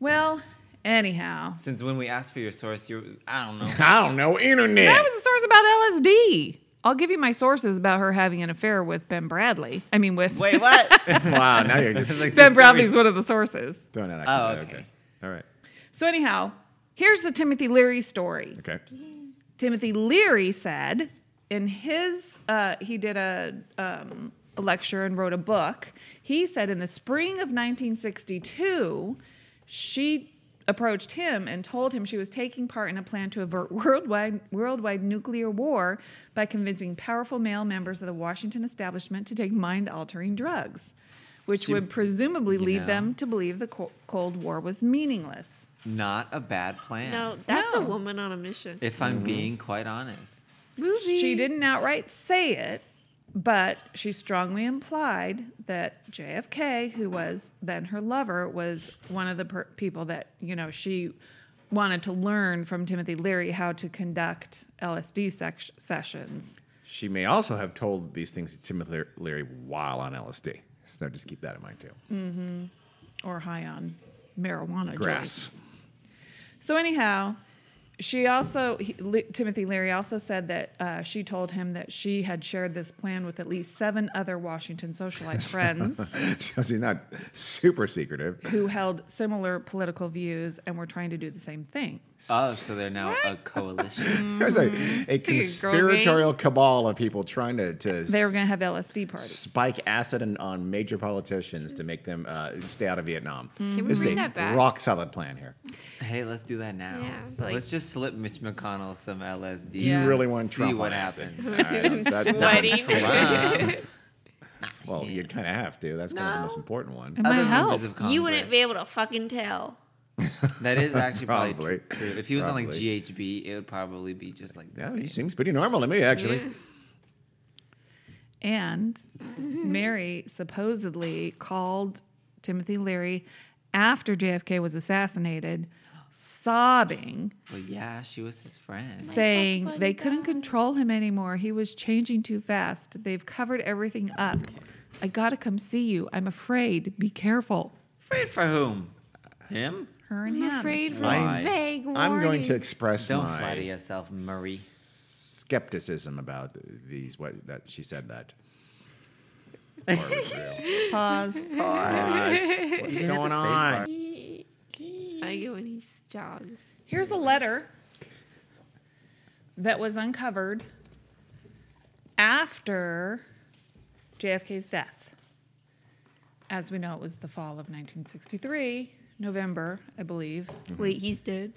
A: Well, anyhow.
C: Since when we asked for your source, you're I don't know.
B: I don't know. Internet.
A: That was a source about LSD. I'll give you my sources about her having an affair with Ben Bradley. I mean, with
C: Wait, what?
B: wow. Now you're just
C: Like,
A: *laughs* Ben
C: this
A: Bradley's
C: story's-
A: one of the sources.
B: throwing out.
C: Oh,
B: accusations.
C: okay.
B: All right.
A: So, anyhow, here's the Timothy Leary story.
B: Okay.
A: Timothy Leary said in his, uh, he did a, um, a lecture and wrote a book. He said in the spring of 1962, she approached him and told him she was taking part in a plan to avert *laughs* worldwide, worldwide nuclear war by convincing powerful male members of the Washington establishment to take mind altering drugs, which would presumably
C: you
A: lead
C: know.
A: them to believe the Co- Cold War was meaningless.
C: *laughs* Not a bad plan.
E: No, that's a
A: No.
E: woman on a mission.
C: If
A: Mm-hmm.
C: I'm being quite honest.
E: Movie.
A: She didn't outright say it, but she strongly implied that JFK, who was then her lover, was one of the per- people that, you know, she wanted to learn from Timothy Leary how to conduct LSD sec- sessions.
B: She may also have told these things to Timothy Lear- Leary while on LSD. So just keep that in mind too.
A: or high on marijuana
B: Grass.
A: joints. So anyhow, she also he, Le- Timothy Leary also said that uh, she told him that she had shared this plan with at least seven other Washington socialite friends
B: *laughs* so she's not super secretive.
A: who held similar political views and were trying to do the same thing.
C: Oh, so they're now a
E: *laughs* Mm.
C: coalition.
B: There's a, a conspiratorial cabal of people trying to, to
A: They were going to have LSD parties.
B: spike acid on, on major politicians to make them uh, stay out of Vietnam.
E: Can we
B: This is
E: bring
B: a
E: that back?
B: rock solid plan here.
C: hey, let's do that now.
E: Yeah, but like-
C: let's just slip Mitch McConnell some LSD.
A: Yeah.
B: You really want
C: see
B: Trump
C: what
B: on acid.
C: happens. *laughs*
B: All right, that- that doesn't
A: *laughs*
E: sweating.
B: tr-
C: Wow.
B: Well, you kind of have to. That's kind of the most important one.
A: It might
C: Other
A: help.
C: members of Congress.
E: You wouldn't be able to fucking tell.
C: That is actually
A: *laughs*
C: probably,
B: Probably.
C: tr- true. If he was on like
B: Probably.
C: GHB, it would probably be just like this.
B: Yeah, he seems pretty normal to me, actually.
A: And Mary supposedly called Timothy Leary after JFK was assassinated, sobbing,
C: But yeah, she was his friend.
A: saying they couldn't control him anymore. He was changing too fast. They've covered everything up. I gotta come see you. I'm afraid. Be careful.
C: Afraid for whom? Him?
A: Her and
E: I'm
A: him.
E: afraid for
C: Why?
E: a vague warning.
B: I'm going to express
C: Don't
B: my
C: flatter yourself, Murray.
B: skepticism about these. What that she said
C: *laughs*
B: that. Part was real.
E: *laughs*
A: Pause.
B: What's going on?
E: I get when he jogs.
A: Here's a letter that was uncovered after JFK's death. As we know, it was the fall of 1963, November, I believe.
E: Wait, he's *laughs* dead.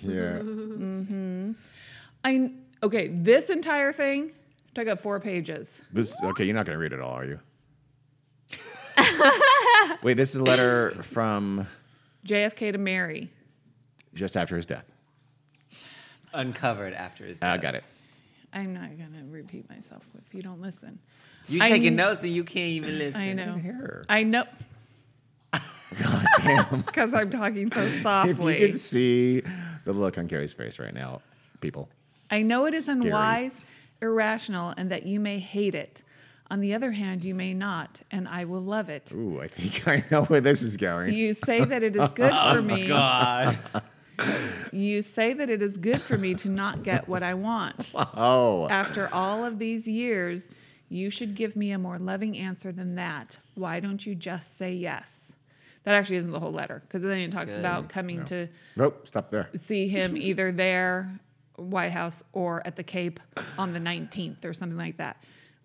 B: Yeah.
A: I okay, this entire thing took up 4 pages.
B: This okay? You're not going to read it all, are you? Wait, this is a letter from
A: JFK to Mary.
B: just after his death. Ah,
C: Uncovered after his
B: I
C: death.
B: got it.
A: I'm not going to repeat myself if you don't listen.
C: You
A: I
C: taking
A: kn-
C: notes and you can't even listen.
A: I know.
B: Here.
A: I know
B: *laughs* God
A: *laughs*
B: damn.
A: cuz I'm talking so
B: if you
A: softly.
B: could see the look on Carrie's face right now, people.
A: I know it is
B: Scary.
A: unwise, irrational, and that you may hate it. On the other hand, you may not, and I will love it.
B: Ooh, I think *laughs* I know where this is going.
A: You say that it is
B: *laughs*
A: good
B: Oh
A: for me.
C: God.
A: You say that it is good for me to not get what
B: *laughs*
A: I want.
B: oh,
A: After all of these years, you should give me a more loving answer than that. Why don't you just say yes? That actually isn't the whole letter, because then it talks about coming to
B: nope. Stop there.
A: see him either there, White House, or at the Cape on the 19th or something like that.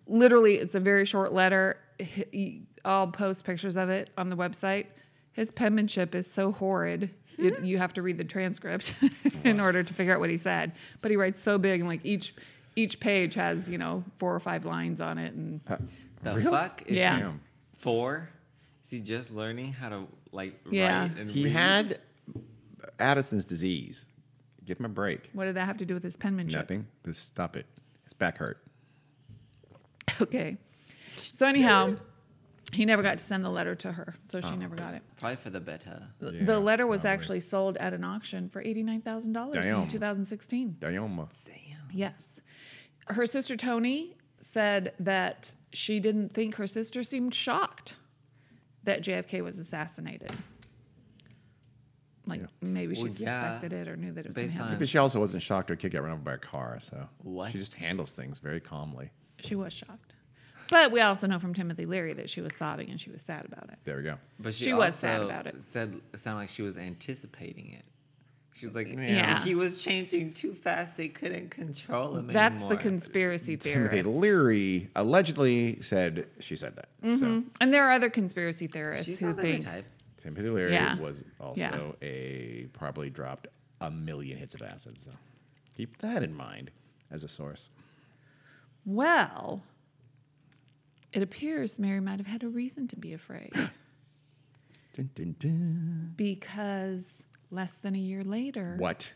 A: Literally, it's a very short letter. He- I'll post pictures of it on the website. His penmanship is so horrid. It, you have to read the transcript *laughs* in order to figure out what he said. But he writes so big, and like each each page has you know four or five lines on it, and
B: Uh,
C: The fuck? Is
A: Yeah.
C: he
B: Damn.
C: four? Is he just learning how to like
A: Yeah.
C: write and
B: He
C: read?
B: had Addison's disease. Give him a break.
A: what did that have to do with his penmanship?
B: Nothing. Just stop it. His back hurt.
A: Okay. So anyhow, he never got to send the letter to her, so she never got it.
C: probably for the better.
B: Yeah,
A: the letter was actually sold at an auction for $89,000
B: Damn.
A: in 2016.
B: Dioma.
A: Yes. Her sister Tony said that she didn't think her sister seemed shocked that JFK was assassinated. Like maybe she
C: Well, yeah.
A: suspected it or knew that it was going to
C: Based
A: happen.
C: on
B: But she also wasn't shocked or kid got run over by a car. So
C: What?
B: she just handles things very calmly.
A: She was shocked. But we also know from Timothy Leary that she was sobbing and she was sad about it.
B: There we go.
C: But she,
A: She was sad
C: also
A: about it.
C: Said it sounded like she was anticipating it. She was like,
A: Yeah.
C: he was changing too fast. They couldn't control him
A: That's
C: anymore.
A: the conspiracy
B: Timothy
A: theorist.
B: Leary allegedly said she said that. So
A: And there are other conspiracy theorists
C: She's
A: who
C: not the
A: think
C: type.
B: Timothy Leary
A: Yeah.
B: was also a probably dropped a million hits of acid. So keep that in mind as a source.
A: Well, it appears Mary might have had a reason to be afraid
B: Dun, dun, dun.
A: because less than a year later,
B: What?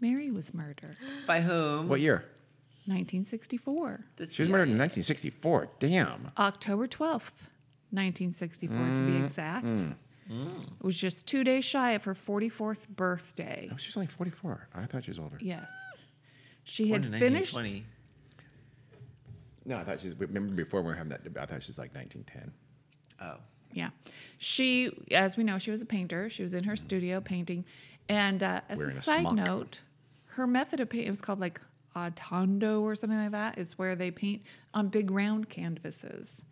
A: Mary was murdered.
C: By whom?
B: What year?
A: 1964,
C: The
B: She was
C: CIA.
B: murdered in 1964. Damn.
A: October 12th, 1964 to be exact. It was just two days shy of her 44th birthday.
B: Oh, she was only 44. I thought she was older.
A: Yes. She
C: Born
A: had
C: in
A: finished.
C: 1920.
B: No, I thought she was. Remember before we were having that debate, I thought she was like 1910.
C: Oh,
A: Yeah. She, as we know, she was a painter. She was in her studio painting. And uh,
B: Mm-hmm.
A: as
B: Wearing a
A: a side
B: smock.
A: note, her method of painting, it was called like autondo or something like that. It's where they paint on big round canvases.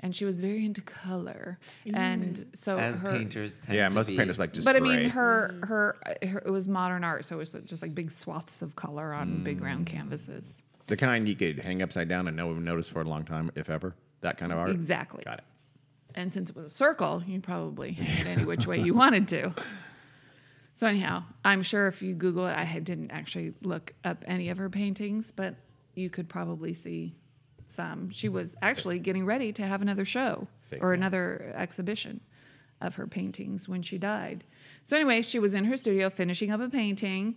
A: And she was very into color. And so
C: as
A: her.
C: painters tend
B: Yeah,
C: to
B: most
C: be.
B: painters like just.
A: But I mean,
B: gray.
A: her, her her it was modern art, so it was just like big swaths of color on big
B: Mm.
A: round canvases.
B: The kind you could hang upside down and no one would notice for a long time, if ever. That kind of art.
A: Exactly.
B: Got it.
A: And since it was a circle, you probably hit it any which way you wanted to. So anyhow, I'm sure if you Google it, I had- didn't actually look up any of her paintings, but you could probably see some. She was actually getting ready to have another show
B: Fake
A: or
B: news.
A: another exhibition of her paintings when she died. So anyway, she was in her studio finishing up a painting.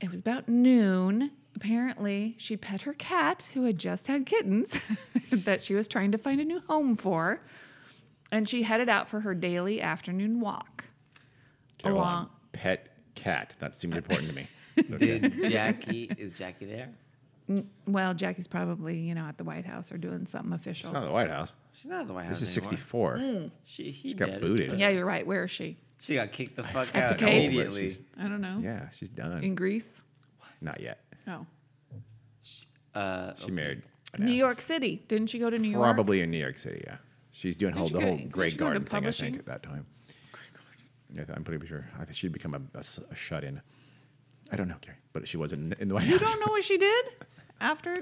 A: It was about noon. Apparently, she pet her cat who had just had kittens *laughs* that she was trying to find a new home for, and she headed out for her daily afternoon walk.
B: Caroline,
A: Along-
B: Pet cat. That seemed important to
A: *laughs*
B: me. Okay.
C: Did Jackie is Jackie there?
A: Well, Jackie's probably, you know, at the White House or doing something official.
B: It's not the White House.
C: She's not at the White House.
B: This is
C: anymore.
B: 64.
A: Hmm.
C: She he
B: She got
C: dead.
B: booted.
A: yeah, you're right. Where is she?
C: She got kicked the fuck out
A: the cave.
C: immediately.
B: She's-
A: I don't know.
B: Yeah, she's done.
A: In Greece?
B: Not yet.
A: Oh.
C: Uh,
B: She married. an
A: New
B: ass.
A: York City. Didn't she go to New York?
B: Probably in New York City, yeah. She's doing whole,
A: she
B: the
A: go-
B: whole
A: didn't
B: Grey
A: she go into
B: Garden thing, I
A: publishing?
B: think, at that time. Yeah, I'm pretty sure. I think she'd become a, a s- a shut-in. I don't know, Carrie, but she was in, in the White
A: You
B: House.
A: don't know what she did after?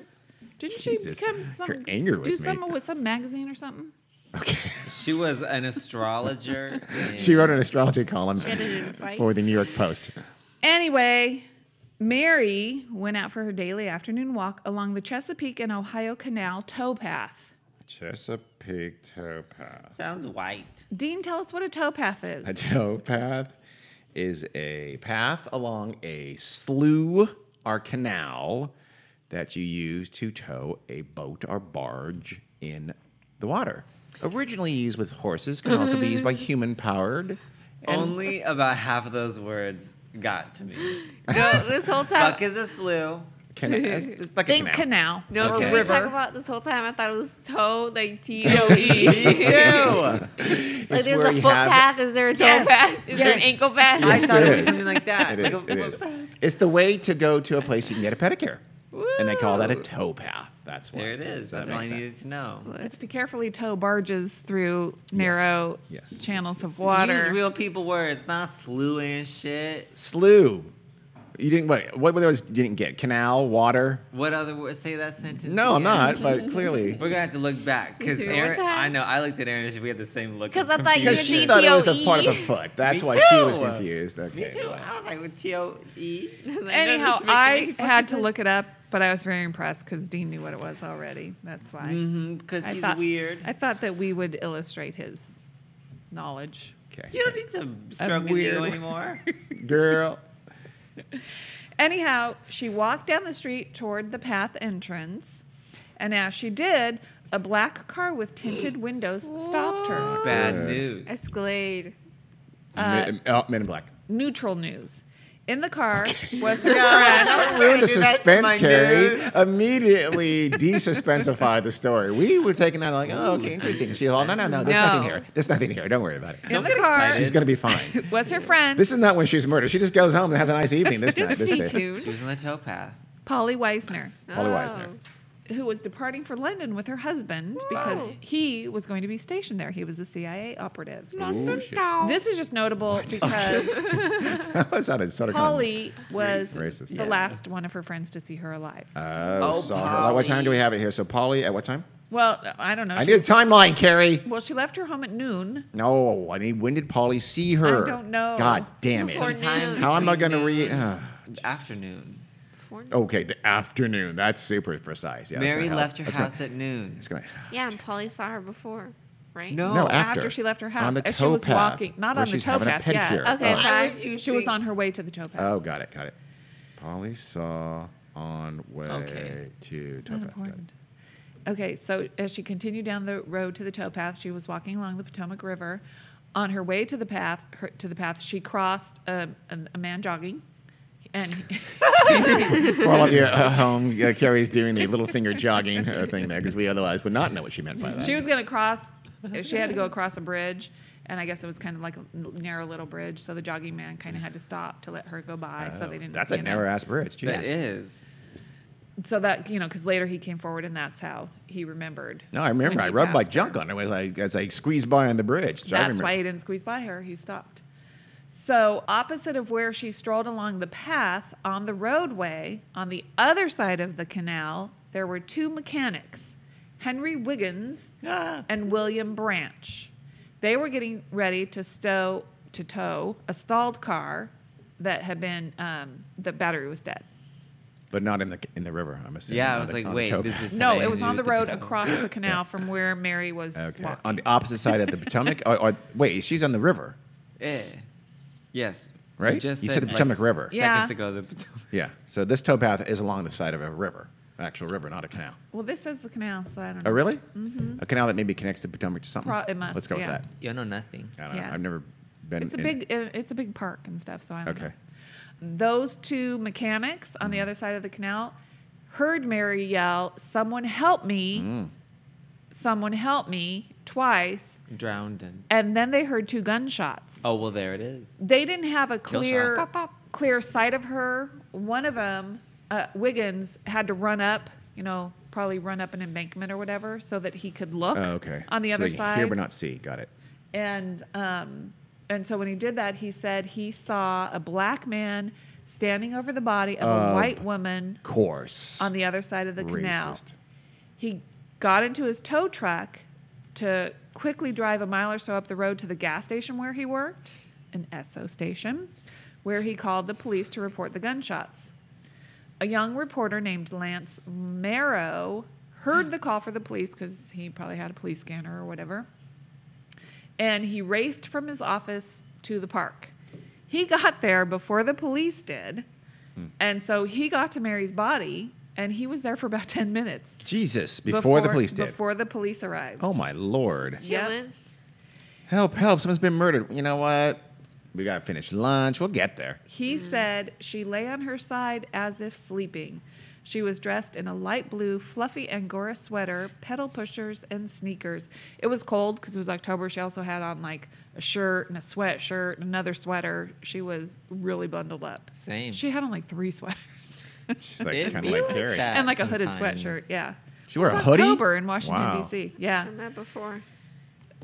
A: Didn't she
B: Jesus.
A: become some
B: Her anger
A: do
B: with me.
A: something with some magazine or something?
B: *laughs* Okay.
C: she was
B: *laughs*
C: an astrologer. in-
B: she wrote an astrology column
E: an advice.
B: *laughs* for the New York Post.
A: Anyway, Mary went out for her daily afternoon walk along the Chesapeake and Ohio Canal towpath.
B: Chesapeake towpath.
C: sounds white.
A: Dean, tell us what a towpath
B: *laughs* A
A: is.
B: towpath is a path along a slough or canal that you use to tow a boat or barge in the water. Originally used with horses, can also be used
E: *laughs*
B: by human powered.
C: Only about half of those words got to me.
E: No, this whole time.
C: Fuck is a *laughs* slough.
B: Can- it's, it's
E: *laughs*
B: like
A: Think
B: a canal.
A: canal.
E: No,
C: Okay.
E: can we talk
A: River.
E: about this whole time? I thought it was toe, like T O E.
C: Me too.
E: Like
B: It's
E: there's
B: where
E: a
B: you
E: foot
B: have-
E: path. Is there a toe
C: Yes.
E: path? Is there an
C: Yes.
E: ankle *laughs* path?
C: I thought it
B: is.
C: was something like that.
B: It is,
C: Like a-
B: it is. It's the way to go to a place you can get a pedicure. And they call that a
E: Woo.
B: towpath. That's why.
C: There it is.
B: So that
C: That's all I
B: makes sense.
C: needed to know.
A: It's to carefully tow barges through narrow
B: Yes.
A: channels of
C: Use
A: water.
C: real people words, not slew and shit.
B: Slough. You didn't what? What were those? You didn't get canal, water.
C: What other words? Say that sentence.
B: No, I'm not.
C: again.
B: But
C: *laughs*
B: clearly,
C: We're gonna have to look back because
E: too. One
C: Aaron.
E: time-
C: I know. I looked at Aaron and she- we had the same look.
E: Because
C: of
E: I thought you
B: because
E: were
B: she
E: T
B: thought it was
E: O
B: a part of a
E: E.
B: foot. That's
C: Me
B: why she was
C: too.
B: confused. Okay.
C: Me too.
B: well.
C: I was like, with T O E.
A: Anyhow, I had to look it up, but I was very impressed because Dean knew what it was already. That's why.
C: Because
A: I
C: Mm. Mm-hmm, he's
A: thought,
C: weird.
A: I thought that we would illustrate his knowledge.
B: Okay.
C: you don't need to stroke his
A: weird
C: ego *laughs* anymore.
A: word.
B: Girl.
A: Anyhow, she walked down the street toward the path entrance, and as she did, a black car
C: *gasps*
A: with tinted windows stopped her.
C: Bad
B: Yeah.
C: news.
E: Escalade.
C: Uh,
B: Men- oh, Men in Black.
A: Neutral news. In the car was
B: *laughs*
A: her
B: That ruined the
C: do that to
B: suspense,
C: my
B: Carrie.
C: news. *laughs*
B: Immediately desuspensified the story. We were taking that like, oh, okay, interesting. She's all, no, no, no. There's nothing
E: No.
B: here. There's nothing here. Don't worry about it.
A: in the
C: get
A: car
C: excited.
B: She's gonna be fine.
A: was her friend
B: this is not when she's murdered. She just goes home and has a nice evening
C: *laughs*
B: this night. This
E: Stay
B: day. *laughs*
C: She
E: tuned.
C: was on the towpath.
A: Polly Weisner.
B: Polly
E: Oh.
B: Weisner.
A: who was departing for London with her husband because he was going to be stationed there. He was a CIA operative.
B: Ooh, shit.
A: This is just notable
C: *laughs*
A: because
B: that sounded sort of kind of-
A: Polly was
B: Racist.
A: the
B: Yeah.
A: last one of her friends to see her alive.
B: Oh,
C: Oh,
B: saw her. Like, what time do we
C: Polly.
B: have it here? So Polly, at what time?
A: well, I don't know.
B: I
A: She-
B: need a timeline, Carrie.
A: well, she left her home at noon.
B: No, I mean, when did Polly see her?
A: I don't know.
B: God damn it.
E: Before
C: Sometime
E: noon.
B: How am I
C: between
B: going to read?
C: noon-
B: Uh,
C: Afternoon.
E: Before noon.
B: okay, the afternoon. That's super precise. Yeah, that's
C: Mary
B: gonna help.
C: left her
B: That's
C: house
B: Gonna,
C: at noon.
B: it's gonna,
E: Yeah, and Polly saw her before, right?
C: No.
B: no,
A: Oh, after
B: after.
A: she left her
B: On
A: house,
B: the
A: as she was
B: towpath,
A: walking- not
B: where
A: on the
B: she's having a
A: towpath, yeah.
B: pedicure.
E: Okay,
B: Oh.
E: fine.
C: you
A: She was
C: think-
A: on her way to the towpath.
B: Oh, got it, got it. Polly saw on way
C: Okay.
B: to
A: Not
B: towpath. Got it.
A: important. Okay, so as she continued down the road to the towpath, she was walking along the Potomac River. On her way to the path, her, to the path, she crossed a, a, a man jogging, and
B: For all of you
C: *laughs*
B: at home, uh, Carrie's doing the little finger jogging uh, thing there because we otherwise would not know what she meant by that.
A: she was going to cross. She had to go across a bridge, and I guess it was kind of like a narrow little bridge. So the jogging man kind of had to stop to let her go by. so they didn't.
B: Oh, That's a
A: you know.
B: narrow ass bridge. Jesus.
C: That is.
A: So that you know, because later he came forward, and that's how he remembered.
B: No, I remember.
A: when
B: I
A: he
B: rubbed like
A: passed her.
B: junk on it as I, as I squeezed by on the bridge. So I
A: That's
B: remember.
A: why he didn't squeeze by her. He stopped. So, opposite of where she strolled along the path, on the roadway, on the other side of the canal, there were two mechanics, Henry Wiggins
C: Ah,
A: and William Branch. They were getting ready to stow to tow a stalled car that had been um, the battery was dead.
B: but not in the in the river. I'm assuming.
C: Yeah, I
B: on
C: was
B: the-
C: like,
B: on the
C: wait,
B: tow
C: this
B: path.
C: is
A: No,
C: something
A: it
C: to
A: was
C: do
A: on the
C: with
A: road
C: tow.
A: across
B: *coughs*
A: the canal from where Mary
B: *laughs*
A: was
B: okay.
A: walking.
B: on the opposite side of the Potomac. or, or wait, she's on the river.
C: Eh. Yes.
B: Right?
C: You, just
B: You said the
C: like,
B: Potomac River.
C: Seconds
A: Yeah.
C: ago, the Potomac.
B: Yeah. So this tow path is along the side of a river, actual river, not a canal.
A: well, this says the canal, so I don't
B: Oh,
A: know.
B: really? Mm-hmm. A canal that maybe connects the Potomac to something.
A: Pro- it must,
B: Let's go
A: yeah.
B: with
C: You know nothing.
B: that. I don't know.
A: Yeah.
B: I've never been.
A: It's a
B: in-
A: big, uh, it's a big park and stuff. So I don't
B: Okay. Mm.
A: know. Those two mechanics on the other side of the canal heard Mary yell, "Someone help me!
B: Mm.
A: Someone help me!" twice,
C: Drowned and.
A: and then they heard two gunshots.
C: Oh well, there it is.
A: They didn't have a
C: Kill shot.
A: clear,
C: Pop,
A: clear sight of her. One of them, uh, Wiggins, had to run up. You know, probably run up an embankment or whatever, so that he could look.
B: Oh, okay.
A: On the
B: So
A: other
B: they can
A: side,
B: Hear but not see. Got it.
A: and um, and so when he did that, he said he saw a black man standing over the body of
B: Oh.
A: a white woman
B: Course.
A: on the other side of the canal.
B: Racist.
A: He got into his tow truck to quickly drive a mile or so up the road to the gas station where he worked, an Esso station, where he called the police to report the gunshots. A young reporter named Lance Marrow heard the call for the police because he probably had a police scanner or whatever and he raced from his office to the park. He got there before the police did, and so he got to Mary's body, and he was there for about *laughs* 10 minutes.
B: Jesus. Before, the police did.
A: Before the police arrived.
B: Oh my lord.
A: Yep.
E: Chilling.
B: Help! Help! Someone's been murdered. You know what? We gotta finish lunch. We'll get there.
A: He said she lay on her side as if sleeping. She was dressed in a light blue, fluffy Angora sweater, pedal pushers, and sneakers. It was cold because it was October. She also had on like a shirt and a sweatshirt and another sweater. She was really bundled up.
C: Same.
A: She had on like three *laughs* sweaters
B: She's like
C: It'd
B: kind
C: be
B: of like
C: like
B: Carrie.
C: that.
A: and like a hooded
C: sometimes.
A: sweatshirt. Yeah.
B: She wore
A: It was
B: a hoodie?
A: October in Washington,
B: Wow.
A: D.C. Yeah.
E: I met before.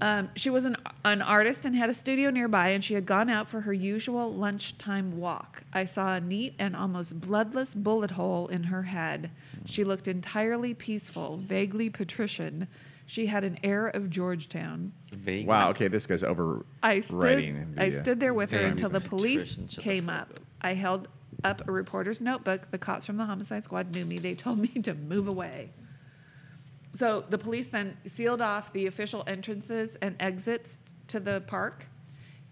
A: Um, she was an, an artist and had a studio nearby, and she had gone out for her usual lunchtime walk. I saw a neat and almost bloodless bullet hole in her head. She looked entirely peaceful, vaguely patrician. She had an air of Georgetown.
C: Vague.
B: Wow. Okay, this guy's overwriting.
A: I stood, I
B: the, uh,
A: stood there with her
C: Very
A: until the
C: good.
A: police
C: Patrician to the
A: came
C: full
A: up. I held up a reporter's notebook. The cops from the homicide squad knew me. They told *laughs* me to move away. So the police then sealed off the official entrances and exits to the park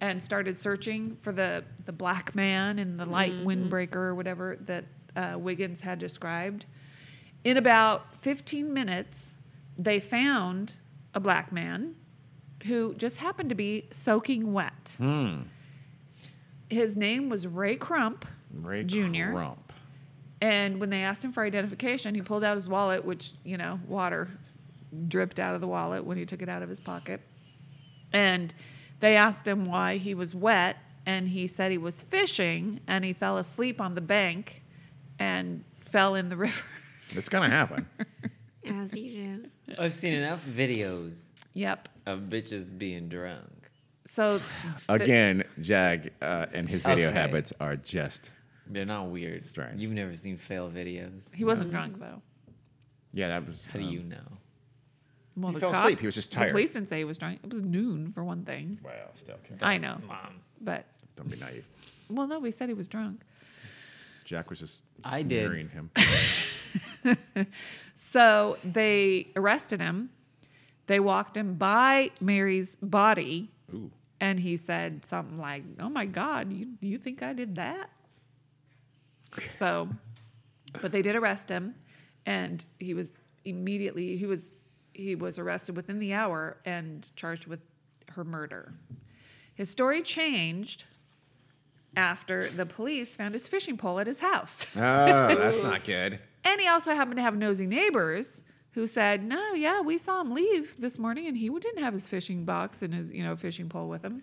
A: and started searching for the, the black man and the light windbreaker or whatever that uh, Wiggins had described. In about 15 minutes, they found a black man who just happened to be soaking wet. His name was Ray Crump
B: uh, Ray
A: Jr.
B: Crump.
A: And when they asked him for identification, he pulled out his wallet, which, you know, water dripped out of the wallet when he took it out of his pocket. And they asked him why he was wet. And he said he was fishing and he fell asleep on the bank and fell in the *laughs* river.
B: It's gonna
A: *laughs*
B: happen.
E: As you do.
C: I've seen enough videos
A: yep.
C: of bitches being drunk.
A: So
B: Again, Jag uh, and his video
C: Okay.
B: habits are just.
C: They're not weird.
B: Strange.
C: You've never seen fail videos.
A: he wasn't drunk, though.
B: Yeah, that was.
C: How do
B: um,
C: you know?
A: Well,
B: He
A: the
B: fell
A: cops,
B: asleep. He was just tired.
A: The police didn't say he was drunk. It was noon, for one thing.
B: Well, still, okay.
A: I know.
C: Mom.
A: But,
B: don't be naive.
A: well, no, we said he was drunk.
B: Jack was just
C: *laughs* I did.
B: smearing
C: *laughs*
B: him.
A: So they arrested him. They walked him by Mary's body,
B: Ooh.
A: and he said something like, "Oh my God, you you think I did that?" So, but they did arrest him, and he was immediately he was he was arrested within the hour and charged with her murder. His story changed after the police found his fishing pole at his house. *laughs*
B: Oh, that's not good.
A: And he also happened to have nosy neighbors who said, "No, yeah, we saw him leave this morning, and he didn't have his fishing box and his you know fishing pole with him."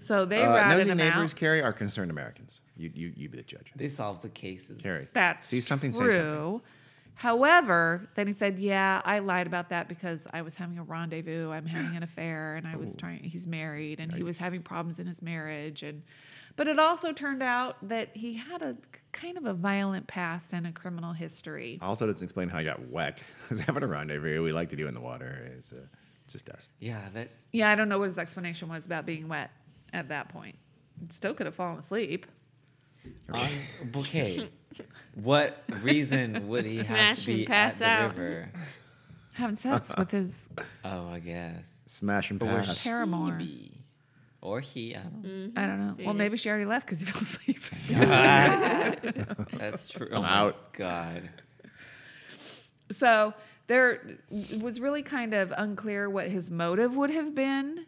A: So they
B: Uh,
A: ratted
B: nosy
A: him
B: neighbors,
A: out.
B: Carrie, are concerned Americans. You, you, you be the judge.
C: They solve the cases.
B: Carrie.
A: That's
B: See something,
A: true.
B: say something.
A: However, then he said, "Yeah, I lied about that because I was having a rendezvous. I'm having an affair, and I
B: Oh.
A: was trying. He's married, and he was having problems in his marriage, and but it also turned out that he had a kind of a violent past and a criminal history.
B: Also, doesn't explain how I got wet. *laughs* I was having a rendezvous. We like to do in the water. It's uh, just dust.
C: Yeah, that
A: Yeah, I don't know what his explanation was about being wet at that point. Still could have fallen asleep.
E: *laughs*
C: on bouquet. what reason would he have
E: Smash
C: to
E: and
C: be
E: pass
C: at
E: out.
C: the river?
A: Having sex with his
C: Oh, I guess.
B: Smash and
C: But we're
B: pass.
A: paramour.
C: Maybe. Or he, I don't know.
A: I don't know. Well, maybe she already left because he *laughs* fell asleep.
E: Mm.
C: That's true.
B: I'm
C: oh
B: out.
C: My God.
A: so there was really kind of unclear what his motive would have been.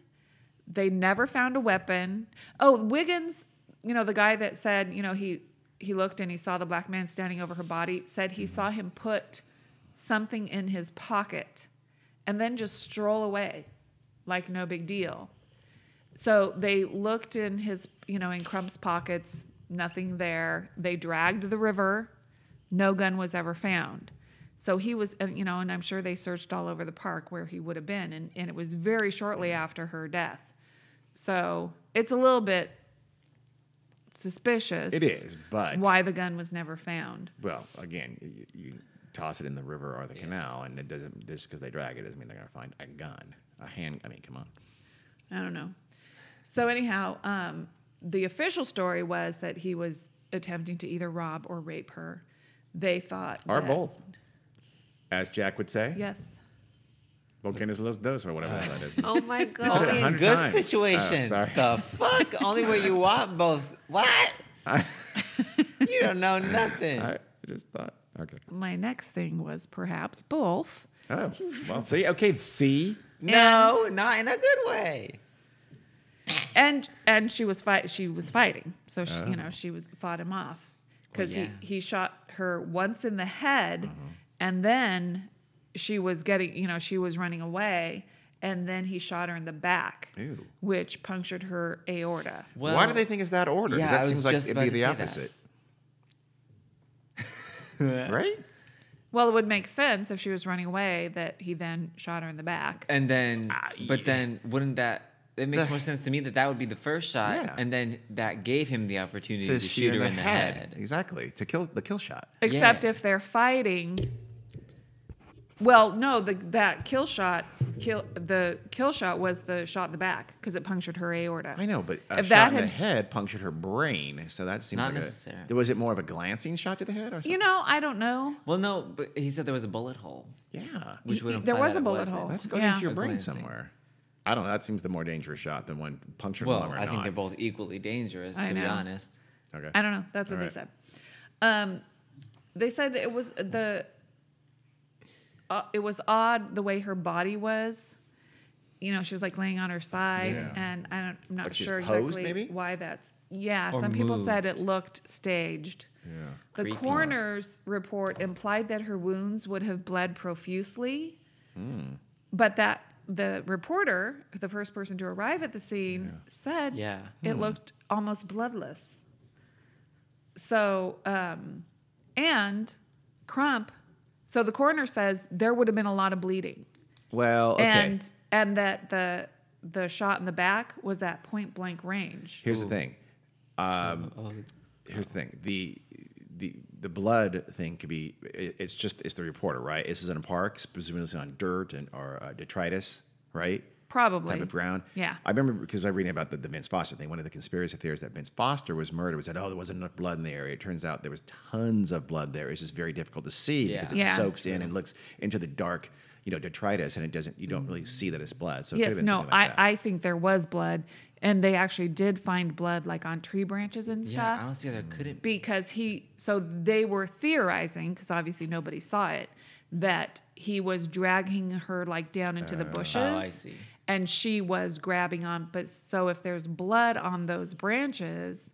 A: They never found a weapon. Oh, Wiggins, you know, the guy that said, you know, he he looked and he saw the black man standing over her body, said he saw him put something in his pocket and then just stroll away like no big deal. So they looked in his, you know, in Crump's pockets, nothing there. They dragged the river, no gun was ever found. So he was, and, you know, and I'm sure they searched all over the park where he would have been, and, and it was very shortly after her death. So it's a little bit suspicious.
B: It is, but
A: Why the gun was never found.
B: Well, again, you, you toss it in the river or the canal, and it doesn't. Just because they drag it doesn't mean they're gonna find a gun, a hand. I mean, come on.
A: I don't know. So anyhow, um, the official story was that he was attempting to either rob or rape her. They thought
B: Or
A: that-
B: both. As Jack would say,
A: Yes.
B: volcanoes los dos, or whatever that
C: *laughs*
B: is.
E: Oh
B: *laughs*
E: my
B: said
E: god.
B: it a
C: Only in
B: hundred
C: good
B: times. Oh,
C: situations.
B: sorry.
C: the fuck? Only where you want both. What? *laughs* you don't know nothing.
B: I just thought, okay.
A: My next thing was perhaps both.
B: Oh, well, see, okay, see.
C: no, not in a good way.
A: And and she was fight she was fighting. So she,
B: Oh.
A: you know, she was fought him off cuz
C: yeah.
A: he he shot her once in the head
B: Uh-huh.
A: and then she was getting, you know, she was running away and then he shot her in the back,
B: Ew.
A: which punctured her aorta.
C: Well,
B: Why do they think it's that order? 'Cause
C: yeah, I
B: that
C: was
B: seems like
C: just
B: it'd
C: about
B: be
C: to
B: the
C: say that.
B: opposite. right?
A: Well, it would make sense if she was running away that he then shot her in the back.
C: And then, but then, wouldn't that? It makes
B: Ah, The-
C: more sense to me that that would be the first shot,
B: Yeah.
C: and then that gave him the opportunity to, shoot her in the head.
B: Exactly. To kill the kill shot.
A: Except
C: Yeah.
A: if they're fighting. Well, no, the that kill shot, kill the kill shot was the shot in the back because it punctured her aorta.
B: I know, but a
A: If
B: shot
A: that
B: in the
A: had-
B: head punctured her brain, so that seems
C: Not
B: like
C: necessarily.
B: a. Was it more of a glancing shot to the head or something?
A: You know, I don't know.
C: Well, no, but he said there was a bullet hole,
B: yeah.
C: which would
A: y-
C: imply
A: there was
C: that
A: a
C: it
A: bullet
C: wasn't.
A: hole.
B: That's going
A: Yeah.
B: into your
C: A
B: brain
C: glancing.
B: somewhere. I don't know. That seems the more dangerous shot than one punctured
C: Well,
B: lung or
C: I think
B: not.
C: they're both equally dangerous,
A: I
C: to be
A: know.
C: honest.
B: Okay.
A: I don't know. That's what
B: All
A: they said. Um, they said it was the. Uh, it was odd the way her body was. You know, she was like laying on her side, and I don't, I'm not
B: Like she's
A: sure
B: posed,
A: exactly
B: maybe?
A: why that's. Yeah,
C: Or
A: some people said it
C: moved.
A: looked staged.
B: Yeah.
A: The
C: Creepy.
A: coroner's report implied that her wounds would have bled profusely, but that the reporter, the first person to arrive at the scene, said
C: Yeah.
A: it
B: Hmm.
A: looked almost bloodless. So, um, and Crump, so the coroner says there would have been a lot of bleeding,
B: Well, okay.
A: and and that the the shot in the back was at point blank range.
B: here's the thing. Um,
C: Oh,
B: here's the thing. The the the blood thing could be. It, it's just it's the reporter, right? This is in a park, presumably on dirt and or uh, detritus, right?
A: Probably.
B: Type of ground.
A: Yeah.
B: I remember because I reading about the, the Vince Foster thing. One of the conspiracy theories that Vince Foster was murdered was that oh there wasn't enough blood in the area. It turns out there was tons of blood there. It's just very difficult to see because it
A: Yeah. Yeah.
B: soaks in and looks into the dark, you know, detritus, and it doesn't. You don't really see that it's blood. So it could
A: Mm-hmm. Yes,
B: have been
A: no,
B: something like that.
A: I, I think there was blood, and they actually did find blood like on tree branches and
C: yeah,
A: stuff
C: I don't see how there couldn't be.
A: because he. So they were theorizing because obviously nobody saw it that he was dragging her like down into the bushes.
C: Oh, I see.
A: And she was grabbing on, but so if there's blood on those branches,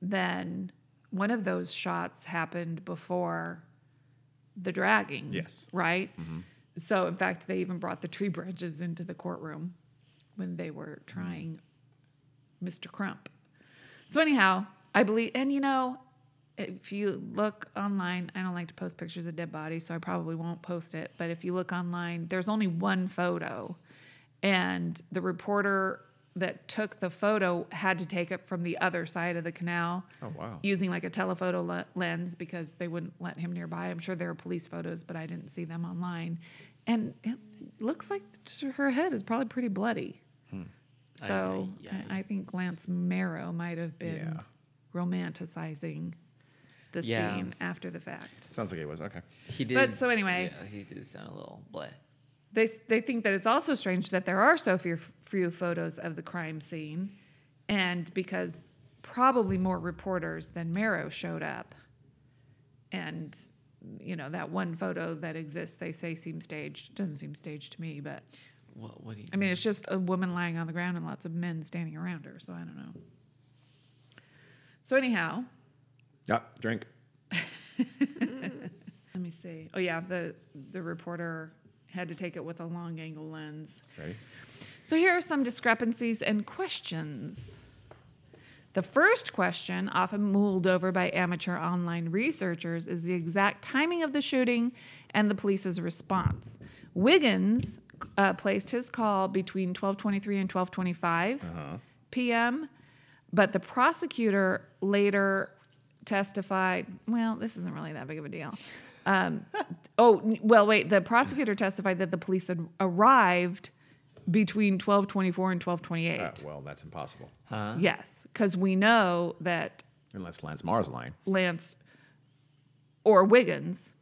A: then one of those shots happened before the dragging.
B: Yes.
A: Right?
C: Mm-hmm.
A: So, in fact, they even brought the tree branches into the courtroom when they were trying Mr. Crump. So, anyhow, I believe, and you know, if you look online, I don't like to post pictures of dead bodies, so I probably won't post it. But if you look online, there's only one photo, and the reporter that took the photo had to take it from the other side of the canal
B: Oh, wow.
A: using like a telephoto le- lens because they wouldn't let him nearby. I'm sure there are police photos, but I didn't see them online. And it looks like her head is probably pretty bloody. So
B: Hmm.
C: Aye, aye,
A: I, I think Lance Marrow might have been
B: Yeah.
A: romanticizing the
C: Yeah.
A: scene after the fact.
B: Sounds like it was okay.
C: He did.
A: so anyway.
C: yeah, he did sound a little bleh.
A: They, they think that it's also strange that there are so few, few photos of the crime scene, and because probably more reporters than Marrow showed up. And, you know, that one photo that exists, they say seems staged. Doesn't seem staged to me, but
C: What? What do you?
A: I mean, it's just a woman lying on the ground and lots of men standing around her, so I don't know. So, anyhow,
B: Yep, drink.
A: let me see. Oh, yeah, the, the reporter had to take it with a long angle lens.
B: Ready?
A: So here are some discrepancies and questions. The first question, often mulled over by amateur online researchers, is the exact timing of the shooting and the police's response. Wiggins uh, placed his call between 12:23 and 12:25 p.m., but the prosecutor later testified. Well, this isn't really that big of a deal. Um, *laughs* oh, n- well, wait. The prosecutor testified that the police had arrived between 12:24 and 12:28.
B: Uh, well, that's impossible.
A: Yes, because we know that
B: Unless Lance Mars lying.
A: Lance or Wiggins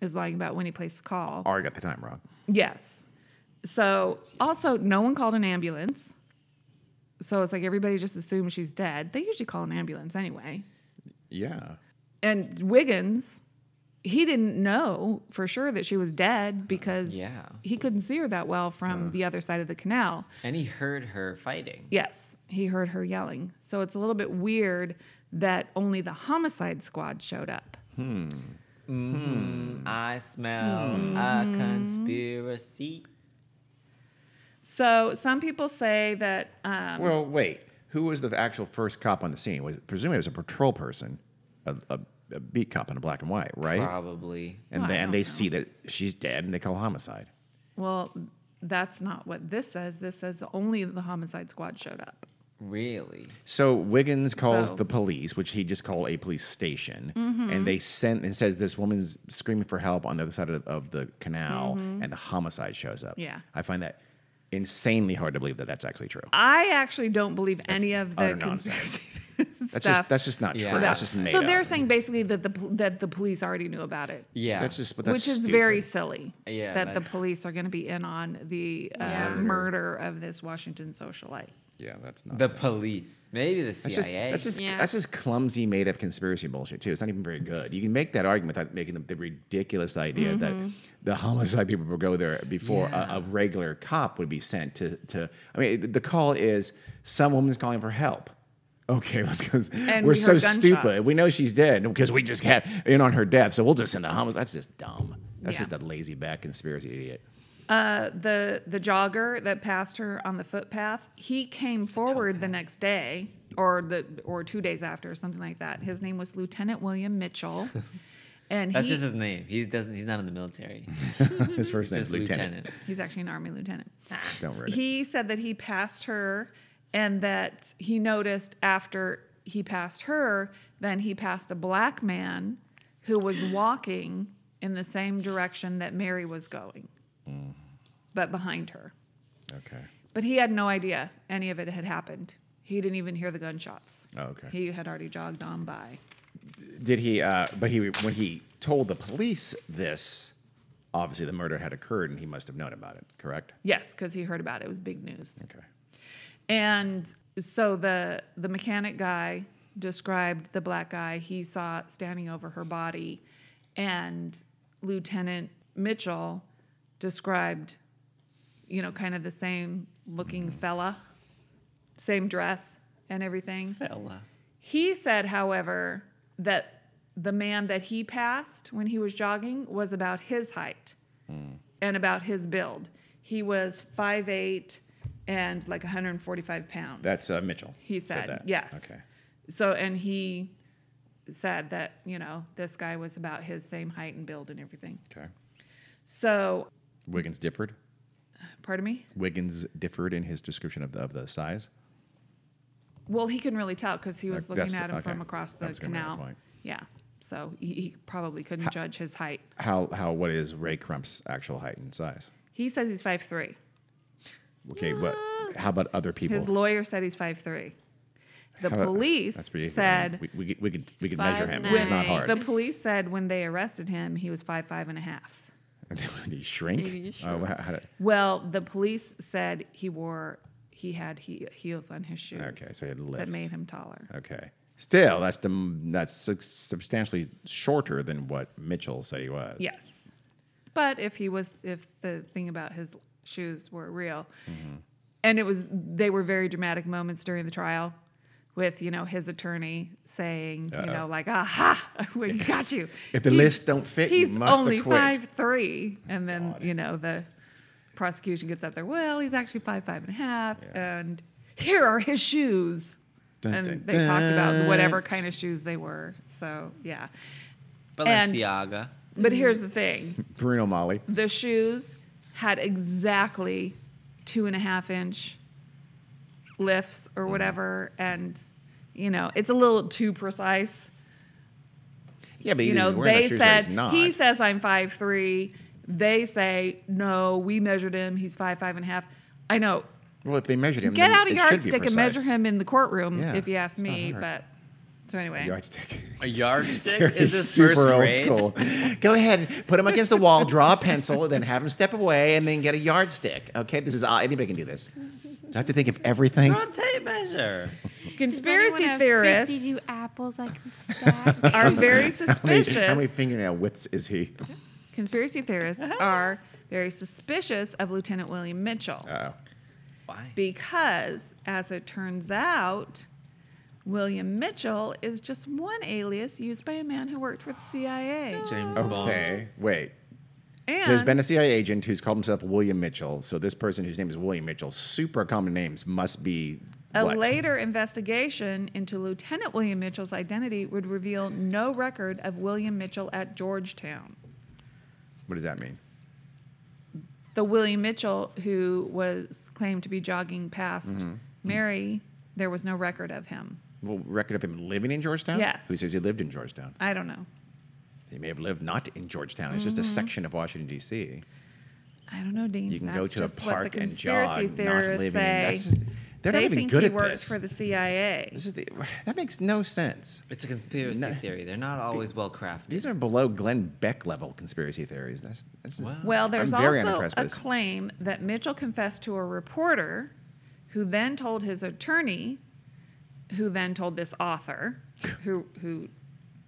A: is lying about when he placed the call.
B: Or I got the time wrong.
A: Yes. So also, no one called an ambulance. So it's like everybody just assumes she's dead. They usually call an ambulance anyway.
B: Yeah.
A: And Wiggins, he didn't know for sure that she was dead because
C: Yeah.
A: he couldn't see her that well from the other side of the canal.
C: and he heard her fighting.
A: Yes, he heard her yelling. So it's a little bit weird that only the homicide squad showed up.
B: Hmm.
C: I smell
A: Hmm.
C: a conspiracy.
A: So some people say that um,
B: Well, wait. Who was the actual first cop on the scene? Was presumably it was a patrol person, a, a, a beat cop in a black and white, right?
C: Probably.
B: And
A: Well, I
B: then
A: don't
B: they
A: know.
B: see that she's dead, and they call homicide.
A: Well, that's not what this says. This says only the homicide squad showed up.
C: Really?
B: So Wiggins calls
A: So-
B: the police, which he just called a police station,
A: Mm-hmm.
B: and they sent and says this woman's screaming for help on the other side of, of the canal, and the homicide shows up.
A: Mm-hmm. Yeah.
B: I find that insanely hard to believe that that's actually true.
A: I actually don't believe any of the
B: utter
A: conspiracy *laughs*
B: That's
A: stuff.
B: just that's just not
C: Yeah.
B: true.
C: That-
B: That's just made
A: so
B: up.
A: they're saying basically that the pol- that the police already knew about it,
C: Yeah.
B: that's just but that's
A: which is
B: stupid.
A: very silly.
C: Yeah,
A: that the
C: that's-
A: police are going to be in on the uh,
D: Yeah.
A: murder of this Washington socialite.
B: yeah that's
C: the
B: nonsense.
C: police. Maybe the
B: That's just,
C: CIA.
B: that's just
D: Yeah.
B: that's just clumsy, made up conspiracy bullshit too. It's not even very good. You can make that argument without making the, the ridiculous idea
A: Mm-hmm.
B: that the homicide people would go there before
C: Yeah.
B: a, a regular cop would be sent to to. I mean, the call is some woman's calling for help. Okay, *laughs* let's go.
A: And
B: We're
A: we
B: so
A: heard
B: stupid.
A: gunshots.
B: We know she's dead because we just got in on her death. So we'll just send the homicide. That's just dumb. That's
A: Yeah.
B: just a lazy back conspiracy idiot.
A: Uh, the the jogger that passed her on the footpath, he came forward the next day or the or two days after or something like that. His name was Lieutenant William
C: *laughs*
A: Mitchell. And
C: That's
A: he,
C: just his name. He doesn't. He's not in the military.
B: His first name's
C: He's just
B: Lieutenant.
C: lieutenant.
A: He's actually an army lieutenant.
B: Don't worry.
A: He said that he passed her and that he noticed after he passed her, then he passed a black man who was
C: *gasps*
A: walking in the same direction that Mary was going,
C: Mm.
A: but behind her.
B: Okay.
A: But he had no idea any of it had happened. He didn't even hear the gunshots.
B: Oh, okay.
A: He had already jogged on by.
B: Did he? Uh, but he when he told the police this, obviously the murder had occurred, and he must have known about it. Correct.
A: Yes, because he heard about it. It was big news.
B: Okay.
A: And so the the mechanic guy described the black guy he saw standing over her body, and Lieutenant Mitchell described, you know, kind of the same looking fella, same dress and everything.
C: Fella.
A: He said, however, that the man that he passed when he was jogging was about his height
B: Hmm.
A: and about his build. He was 5'8 and like 145 pounds.
B: That's uh, Mitchell.
A: He said, yes.
B: Okay.
A: so, and he said that, you know, this guy was about his same height and build and everything.
B: Okay.
A: So,
B: Wiggins differed.
A: pardon me?
B: Wiggins differed in his description of the, of the size.
A: Well, he couldn't really tell because he was
B: Like,
A: looking
B: that's-
A: at him from
B: okay.
A: across
B: That
A: the
B: was gonna be my
A: canal.
B: point.
A: Yeah. So he, he probably couldn't judge his height.
B: How how what is Ray Crump's actual height and size?
A: He says he's 5'3. Uh,
B: Okay. What? How about other people?
A: His lawyer said he's 5'3. the
B: How about-
A: police
B: that's ridiculous.
A: said
B: we, we, could- we could we could measure him.
E: five
B: This is not
E: nine.
B: hard.
A: the police said when they arrested him he was five five and a half.
B: *laughs* Did he shrink? Oh, wow, how did-
A: Well, the police said he wore he had he, heels on his shoes.
B: Okay, so he had
A: that
B: lifts.
A: made him taller.
B: okay. Still, that's the, that's su- substantially shorter than what Mitchell said he was.
A: Yes, but if he was if the thing about his shoes were real,
B: Mm-hmm.
A: and it was they were very dramatic moments during the trial. With you know his attorney saying you know like aha *laughs*
B: *laughs*
A: we got you
B: If the
A: He's-
B: lifts don't fit, you
A: he's
B: must have
A: only
B: quit.
A: five three and then you know the prosecution gets up there well he's actually five five and a half and here are his shoes
B: Dun,
A: and
B: dun,
A: they talked about
B: dun.
A: whatever kind of shoes they were. So yeah, And-
C: Balenciaga.
B: Mm-hmm.
A: but here's the thing:
B: Bruno Molly.
A: the shoes had exactly two and a half inch lifts or
B: Mm-hmm.
A: whatever, and you know it's a little too precise.
B: Yeah, but
A: You
B: either
A: know
B: he's wearing
A: they
B: those shoes or
A: said
B: he's not.
A: he says I'm five three. They say no, we measured him. He's five five and a half. I know.
B: well, if they measured him,
A: Get
B: then
A: out
B: it
A: a
B: should be
A: yardstick and measure
B: precise.
A: him in the courtroom
B: Yeah,
A: if you ask
B: it's not
A: me.
B: hard.
A: But so anyway,
B: Yardstick.
C: A yardstick
B: It's *laughs*
C: is this
B: super
C: first
B: old
C: grade?
B: school. Go ahead, and put him against the wall, draw a pencil, and then have him step away, and then get a yardstick. Okay, this is uh, anybody can do this. Do I have to think of everything?
C: Don't tape measure.
A: conspiracy theorists.
E: Fifty-two apples I can
A: *laughs*
E: stack.
A: are
B: *laughs* *laughs*
A: very
B: How many,
A: suspicious.
B: how many fingernail widths is he? *laughs*
A: Conspiracy theorists are very suspicious of Lieutenant William Mitchell
B: Oh,
C: Why?
A: because, as it turns out, William Mitchell is just one alias used by a man who worked for the CIA.
C: James Bond.
B: okay. Wait.
A: And
B: There's been a CIA agent who's called himself William Mitchell. So this person whose name is William Mitchell, super common names, must be
A: a
B: what?
A: later investigation into Lieutenant William Mitchell's identity would reveal no record of William Mitchell at Georgetown.
B: What does that mean?
A: the William Mitchell who was claimed to be jogging past
B: Mm-hmm.
A: Mary, there was no record of him.
B: Well, record of him living in Georgetown.
A: Yes.
B: Who says he lived in Georgetown?
A: I don't know.
B: He may have lived not in Georgetown. It's just
A: Mm-hmm.
B: a section of Washington D.C.
A: I don't know, Dean.
B: You can go
A: That's
B: to a
A: just what the
B: park and jog,
A: conspiracy
B: not
A: theorists
B: living in.
A: say.
B: That's just, they're
A: they
B: not even
A: think
B: good
A: he
B: at
A: worked
B: this.
A: for the CIA.
B: This is the, that makes no sense.
C: It's a conspiracy
B: No.
C: theory. They're not always well crafted.
B: These are below Glenn Beck level conspiracy theories. That's that's just,
C: Wow.
A: Well, there's
B: I'm very
A: also
B: unimpressed by
A: a
B: this.
A: claim that Mitchell confessed to a reporter who then told his attorney, who then told this
B: *laughs*
A: author who who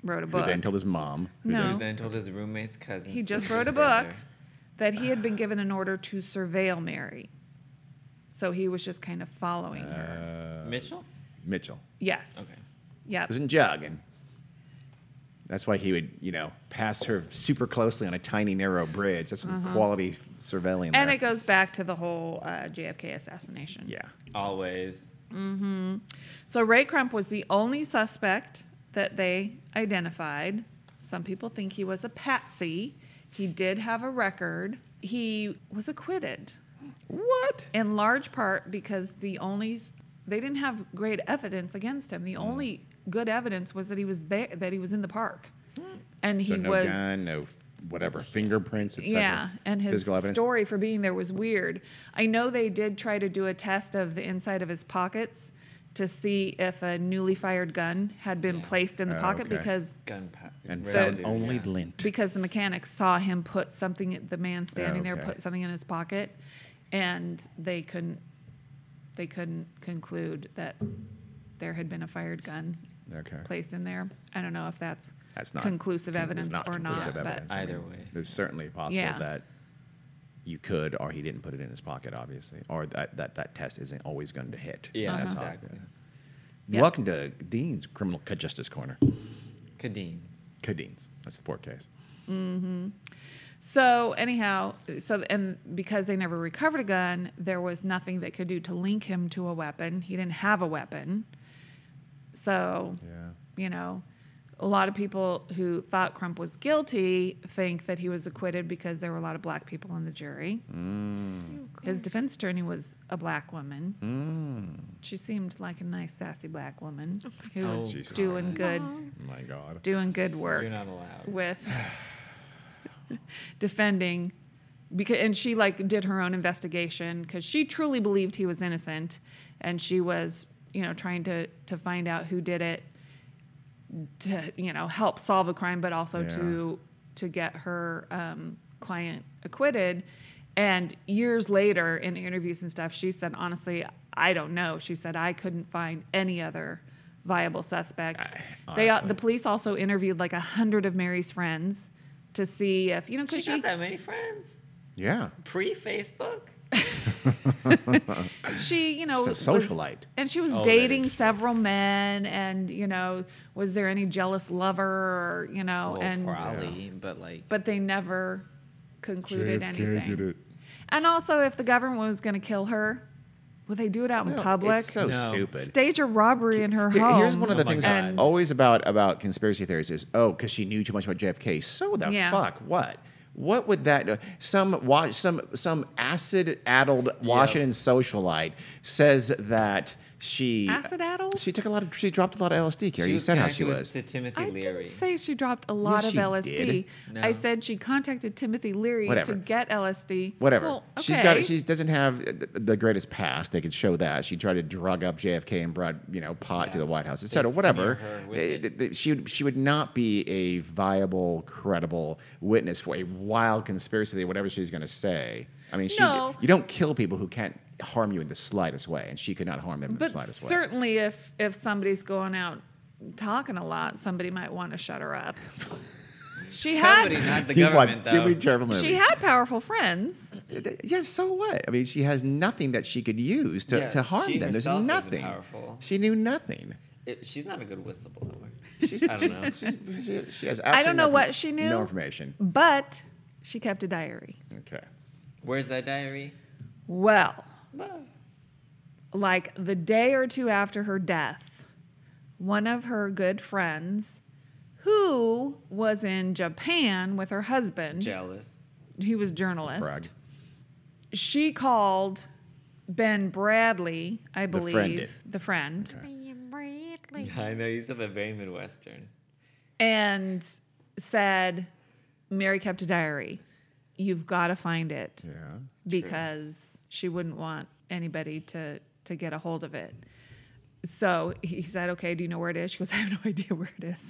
A: wrote a
B: Who
A: book.
B: then told his mom. who
A: No.
B: then-
C: Then told his roommate's cousin.
A: He just
C: sister's
A: wrote a book
C: brother.
A: that he had been given an order to surveil Mary. So he was just kind of following
B: Uh,
A: her.
C: Mitchell.
B: Mitchell
A: Yes.
C: Okay.
A: Yep.
B: was in jogging. That's why he would, you know, pass her super closely on a tiny narrow bridge. That's some quality surveilling.
A: Uh-huh. And
B: there.
A: it goes back to the whole uh, JFK assassination.
B: yeah.
C: Always.
A: So Ray Crump was the only suspect that they identified. Some people think he was a patsy. He did have a record. He was acquitted.
B: What?
A: in large part because the only they didn't have great evidence against him.
B: Hmm.
A: The only good evidence was that he was there, that he was in the park, and he
B: Hmm. So no
A: was
B: gun, no whatever fingerprints, etc.
A: yeah. And his
B: Physical evidence.
A: story for being there was weird. I know they did try to do a test of the inside of his pockets to see if a newly fired gun had been placed in the
B: Oh,
A: pocket
B: okay.
A: because
C: Gunpowder.
B: and
C: residue,
B: found only
C: yeah.
B: lint.
A: because the mechanic saw him put something the man standing there
B: Okay.
A: put something in his pocket and they couldn't they couldn't conclude that there had been a fired gun
B: Okay.
A: placed in there i don't know if that's,
B: That's not
A: conclusive
B: it was
A: evidence
B: not
A: or not
B: conclusive
A: but
B: evidence. I
C: Either
B: mean,
C: way.
B: it's certainly possible
A: Yeah.
B: that you could, or he didn't put it in his pocket, obviously, or that that, that test isn't always going to hit.
A: Uh-huh.
C: Yeah,
B: That's all.
C: exactly.
A: Yeah.
B: Welcome to Dean's Criminal Cut Justice Corner.
C: Cadines.
B: Cadine's. That's the fourth case.
A: so anyhow so and because they never recovered a gun there was nothing they could do to link him to a weapon he didn't have a weapon so
B: Yeah.
A: you know, a lot of people who thought Crump was guilty think that he was acquitted because there were a lot of black people on the jury. His defense attorney was a black woman.
B: Mm.
A: She seemed like a nice, sassy black woman who was
B: Oh, Jesus.
A: doing good,
B: My God.
A: doing good work
C: You're not allowed.
A: with defending because and she like did her own investigation because she truly believed he was innocent and she was you know, trying to to find out who did it to, you know, help solve a crime, but also
B: Yeah.
A: to to get her um, client acquitted. And years later, in interviews and stuff, she said, honestly, I don't know. She said I couldn't find any other viable suspect.
B: I-
A: they uh,
B: honestly.
A: the police also interviewed like a hundred of Mary's friends to see if you
C: She
A: know because she
C: got that many friends
B: Yeah.
C: pre Facebook.
A: Oh, she, you know,
B: She's a
A: was-
B: socialite.
A: and she was
C: Oh, that
A: dating
C: is true.
A: several men, and you know, was there any jealous lover, or, you know,
C: Well,
A: and
C: Oh, probably, but like,
A: but they never concluded anything. And also, if the government was going to kill her, would they do it out in
B: No,
A: public?
B: It's so
C: No.
B: stupid.
A: Stage a robbery in her
B: Here-
A: home.
B: Here's one of the
C: Oh my
B: things
A: God.
B: always about about conspiracy theories is oh, because she knew too much about JFK. So the
A: Yeah.
B: fuck what? What would that? uh, Some wa- some some acid-addled Washington socialite says that she
A: Acid-addled?
B: She took a lot of she dropped a lot of LSD. Carrie,
C: She
B: you
C: was
B: said how she
C: connected
B: was.
C: to Timothy
A: I
C: Leary.
A: didn't say she dropped a lot
B: Yes,
A: of
B: she
A: LSD.
B: did.
A: I
C: No.
A: said she contacted Timothy Leary
B: Whatever.
A: to get LSD.
B: Whatever.
A: Well, okay.
B: She's got. She doesn't have uh, th- the greatest past. They could show that she tried to drug up JFK and brought you know pot to the White House, et cetera.
C: smear
B: Whatever.
C: her with
B: Uh,
C: it.
B: th- th- She would- she would not be a viable, credible witness for a wild conspiracy. theory, Whatever she's going to say. I mean, she,
A: No.
B: you don't kill people who can't harm you in the slightest way, and she could not harm them in the
A: But
B: slightest way.
A: certainly, if if somebody's going out talking a lot, somebody might want to shut
C: *laughs*
A: her up. She
C: Somebody,
A: had
C: not the
B: You watch
C: government,
B: Jimmy
C: though.
B: Terrible movies.
A: she had powerful friends.
B: Yes, so what? I mean, she has nothing that she could use to,
C: Yeah,
B: to harm
C: she
B: them. There's
C: herself isn't
B: nothing.
C: powerful.
B: She knew nothing.
C: It- she's not a good whistleblower. She's, *laughs* I don't know.
B: She, *laughs* she has
A: I don't
B: absolutely
A: know
B: nothing-
A: what she knew.
B: No information.
A: But she kept a diary.
B: Okay.
C: Where's that diary?
A: Well,
C: Well,
A: like the day or two after her death, one of her good friends, who was in Japan with her husband,
C: jealous.
A: he was a journalist.
B: Brag.
A: She called Ben Bradley, I
B: friend
A: believe,
B: did.
A: the friend,
C: I know you said that very Midwestern.
A: and said, "Mary kept a diary. You've got to find it."
B: Yeah.
A: because she wouldn't want anybody to to get a hold of it. So he said, "Okay, do you know where it is?" She goes, "I have no *laughs* idea where it is."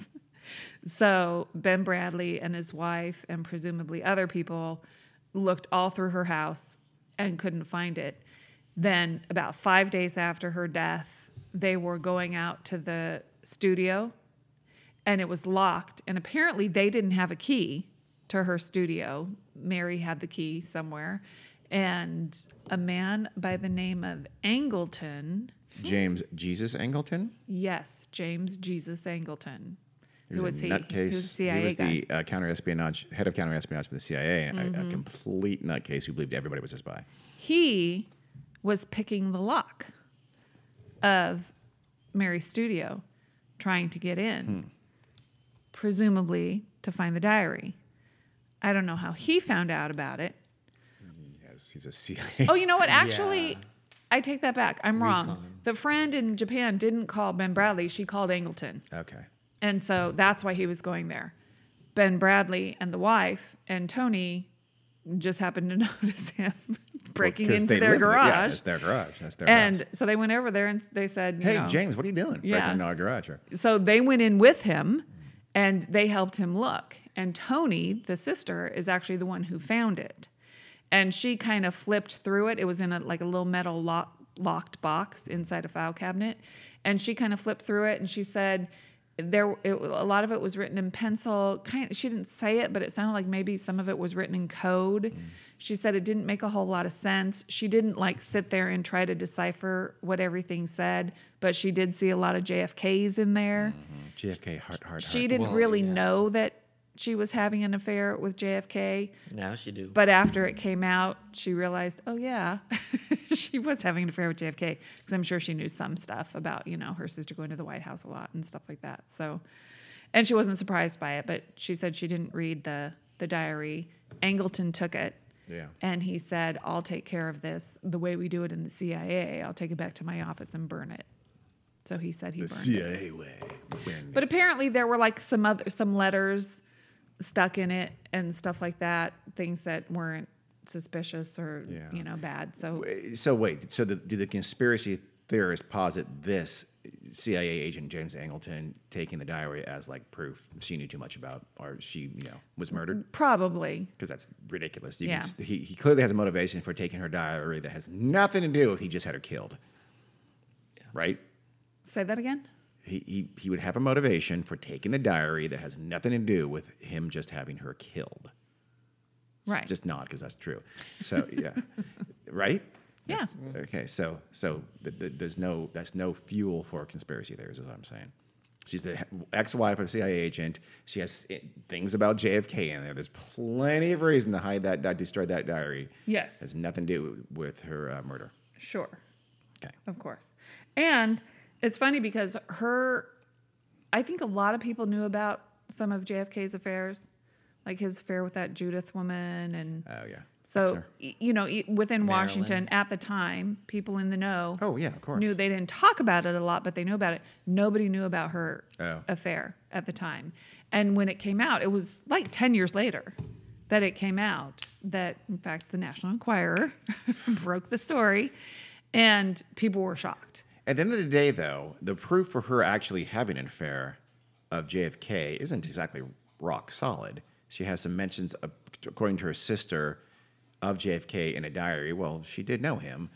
A: So Ben Bradley and his wife and presumably other people looked all through her house and couldn't find it. Then about 5 days after her death, they were going out to the studio and it was locked. And apparently, they didn't have a key to her studio. Mary had the key somewhere. And a man by the name of Angleton,
B: James Jesus Angleton.
A: yes, James Jesus Angleton,
B: He was a nutcase.
A: He was a CIA
B: he was
A: guy. Mm-hmm.
B: the uh, counter espionage head of counter espionage for the CIA. and A, a complete nutcase who believed everybody was a spy.
A: He was picking the lock of Mary's studio, trying to get in,
B: Hmm.
A: presumably to find the diary. I don't know how he found out about it.
B: Yes, he's a CIA.
A: Oh, you know what? Actually, I take that back. I'm wrong. The friend in Japan didn't call Ben Bradley. She called Angleton.
B: Okay.
A: And so that's why he was going there. Ben Bradley and the wife and Tony just happened to *laughs* notice him *laughs* breaking
B: 'cause
A: into
B: they
A: their
B: live in it. Yeah,
A: garage.
B: that's their garage. That's their
A: and
B: house.
A: so they went over there and they said, you
B: Hey,
A: know,
B: James, what are you doing? Breaking
A: Yeah.
B: into our garage. Or,
A: so they went in with him and they helped him look. And Tony, the sister, is actually the one who found it. And she kind of flipped through it. It was in a, like a little metal lock, locked box inside a file cabinet. And she kind of flipped through it and she said, there it, a lot of it was written in pencil kind she didn't say it but it sounded like maybe some of it was written in code she said it didn't make a whole lot of sense she didn't like sit there and try to decipher what everything said but she did see a lot of jfks in there
B: Mm-hmm. Mm, JFK, heart, heart,
A: she
B: heart.
A: didn't really know that she was having an affair with jfk
C: Now she do.
A: but after it came out she realized oh yeah *laughs* she was having an affair with jfk because i'm sure she knew some stuff about you know her sister going to the white house a lot and stuff like that so and she wasn't surprised by it but she said she didn't read the the diary angleton took it
B: Yeah.
A: and he said i'll take care of this the way we do it in the cia i'll take it back to my office and burn it so he said he
B: The
A: burned it
B: CIA way.
A: but apparently there were like some other some letters stuck in it and stuff like that, things that weren't suspicious or
B: Yeah.
A: you know bad. So
B: So wait, so the, do the conspiracy theorists posit this CIA agent James Angleton taking the diary as like proof she knew too much about or she you know was murdered
A: Probably.
B: because that's ridiculous. You
A: Mm-hmm. Yeah.
B: can s he, he clearly has a motivation for taking her diary that has nothing to do if he just had her killed. Right?
A: Say that again.
B: He, he, he would have a motivation for taking the diary that has nothing to do with him just having her killed. S-
A: Right.
B: just not because that's true. So, yeah. *laughs* right?
A: Yeah.
B: That's- okay. So, so th- th- there's no, that's no fuel for conspiracy theories, is what I'm saying. She's the he- ex-wife of a CIA agent. She has i- things about JFK in there. There's plenty of reason to hide that, di- destroy that diary.
A: Yes.
B: Has nothing to do with her uh, murder.
A: Sure.
B: Okay.
A: Of course. And it's funny because her, I think a lot of people knew about some of JFK's affairs, like his affair with that Judith woman. And
B: Oh yeah.
A: so,
B: Sure.
A: y- you know, e- within Washington at the time, people in the know
B: Oh yeah, of course.
A: knew they didn't talk about it a lot, but they knew about it. Nobody knew about her
B: Oh.
A: affair at the time. And when it came out, it was like 10 years later that it came out that, in fact, the National Enquirer *laughs* broke the story and people were shocked.
B: At the end of the day, though, the proof for her actually having an affair of JFK isn't exactly rock solid. She has some mentions, of- according to her sister, of JFK in a diary. Well, she did know him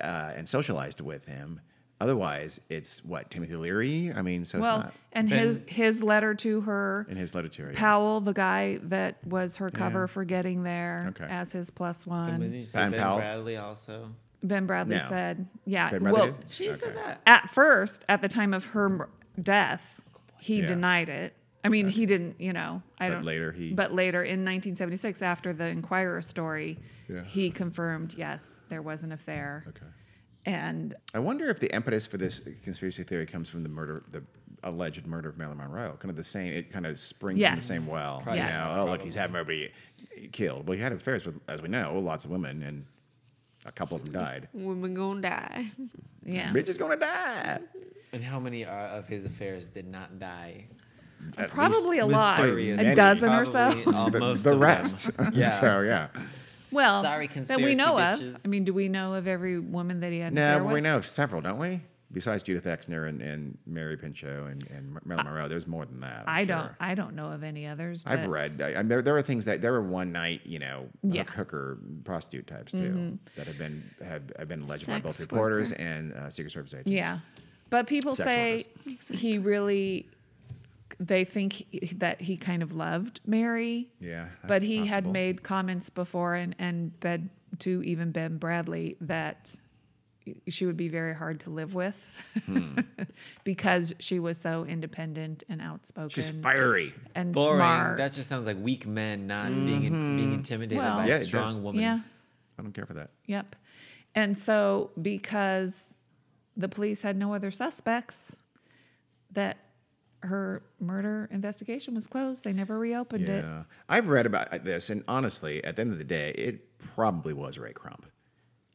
B: uh, and socialized with him. Otherwise, it's what Timothy Leary. I mean, so it's
A: well,
B: not.
A: and
B: Then-
A: his, his letter to her,
B: in his letter to her, yeah.
A: Powell, the guy that was her cover for getting there
B: Okay.
A: as his plus
C: And then
A: one,
C: you say
B: Simon
C: Ben
B: Powell.
C: Bradley also.
A: Ben Bradley
B: No.
A: said, yeah,
B: Ben
A: well,
B: Bradley did?
C: She said that.
A: at first, at the time of her mur- death, he
B: Yeah.
A: denied it. I mean, he didn't, you know, I
B: But
A: don't.
B: later he-
A: But later in 1976, after the Inquirer story,
B: Yeah.
A: he confirmed, yes, there was an affair. Okay. And
B: I wonder if the impetus for this conspiracy theory comes from the murder, the alleged murder of Marilyn Monroe. Kind of the same. It kind of springs from the
A: Yes.
B: same well.
A: Probably.
B: You
A: Yes.
B: know, oh look, he's had everybody killed. Well, he had affairs with, as we know, lots of women, and a couple of them
C: *laughs*
B: died.
E: Women gonna die.
A: yeah,
B: Bitch is gonna die.
C: And how many uh, of his affairs did not die?
B: At
A: Uh, probably
B: least
A: a lot,
B: mysterious.
A: a
B: Many.
A: dozen or so.
C: Probably, uh,
B: the,
C: most
B: the
C: of them.
B: rest. *laughs*
C: Yeah.
B: so yeah.
A: Well,
C: Sorry,
A: that we
C: conspiracy
A: know
C: bitches.
A: of. I mean, do we know of every woman that he had? an
B: No,
A: affair
B: but we
A: with?
B: know of several, don't we? Besides Judith Exner and, and Mary Pinchot and, and Marilyn Monroe, there's more than that. I'm
A: I
B: sure.
A: don't. I don't know of any others. But
B: I've read. I, I, there, there are things that there were one night, you know, hook-
A: Yeah. Mm-hmm.
B: hooker prostitute types too that have been have, have been alleged by both
E: Sex
B: reporters and uh, Secret Service agents.
A: Yeah. But people
B: Sex
A: say he really, they think he, that he kind of loved Mary.
B: Yeah, that's
A: But he had
B: possible.
A: made comments before and, and bed to even Ben Bradley that she would be very hard to live with
B: Hmm.
A: *laughs* because she was so independent and outspoken
B: she's fiery.
A: and
C: Boring.
A: smart. Mm-hmm.
C: That just sounds like weak men not being in, being intimidated
A: Well-
C: by
B: Yeah,
C: a
B: it
C: strong
B: does.
C: woman.
A: yeah.
B: I don't care for that.
A: Yep. And so because the police had no other suspects that her murder investigation was closed, they never reopened it.
B: Yeah, I've read about this, and honestly, at the end of the day, it probably was Ray Crump.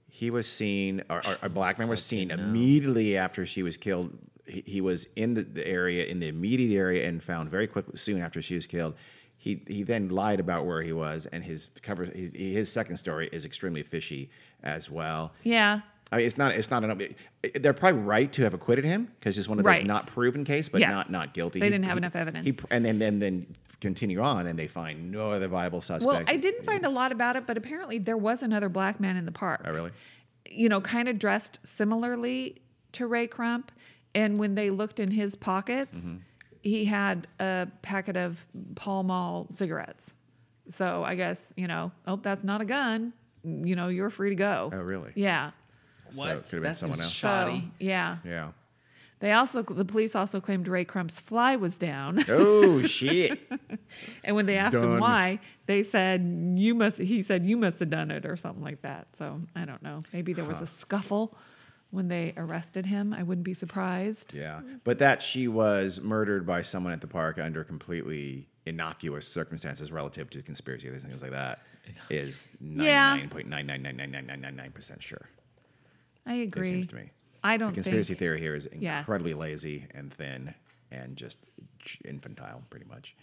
B: He was seen, or, or a black man was seen immediately after she was killed. He, he was in the, the area, in the immediate area, and found very quickly soon after she was killed. He he then lied about where he was, and his cover his, his second story is extremely fishy as well.
A: Yeah.
B: I mean, it's not it's not an. They're probably right to have acquitted him because it's one of those
A: Right.
B: not proven case, but
A: Yes.
B: not not guilty.
A: They didn't have enough evidence.
B: He, and then then then continue on, and they find no other viable suspects.
A: Well, I didn't find a lot about it, but apparently there was another black man in the park.
B: Oh, really?
A: You know, kind of dressed similarly to Ray Crump. And when they looked in his pockets,
B: Mm-hmm.
A: he had a packet of Pall Mall cigarettes. So I guess, you know, oh, that's not a gun. You know, you're free to go.
B: Oh, really?
A: Yeah.
B: it could
C: What?
B: have been
C: that seems
B: someone else.
A: So,
C: shoddy.
A: yeah.
B: Yeah.
A: They also, the police also claimed Ray Crump's fly was down.
B: Oh shit!
A: *laughs* And when they asked him
B: Done.
A: why, they said you must. He said you must have done it or something like that. So I don't know. Maybe there was a scuffle when they arrested him. I wouldn't be surprised.
B: Yeah, but that she was murdered by someone at the park under completely innocuous circumstances relative to conspiracy theories and things like that is
A: Yeah.
B: ninety nine point nine nine nine nine nine nine nine nine percent sure.
A: I agree.
B: It seems to me.
A: I don't
B: the conspiracy
A: think.
B: theory here is
A: Yes.
B: incredibly lazy and thin and just ch- infantile, pretty much.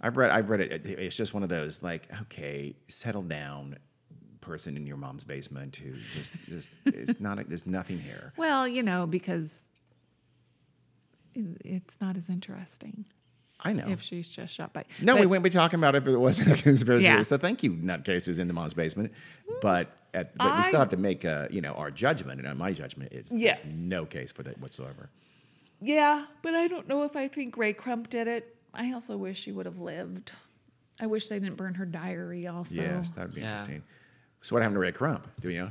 B: I've read, I've read it. It- It's just one of those like, okay, settle down, person in your mom's basement who just, just it's not there's nothing here.
A: Well, you know, because it- it's not as interesting
B: I know.
A: if she's just shot by.
B: no, we
A: But-
B: wouldn't be talking about it if it wasn't a conspiracy.
A: Yeah.
B: theory. So thank you, nutcases in the mom's basement. But at, but we
A: I-
B: still have to make uh, you know our judgment, and uh, my judgment is there's
A: Yes.
B: no case for that whatsoever.
A: Yeah, but I don't know if I think Ray Crump did it. I also wish she would have lived. I wish they didn't burn her diary. Also,
B: yes, that would be
C: Yeah.
B: interesting. So what happened to Ray Crump? Do you know?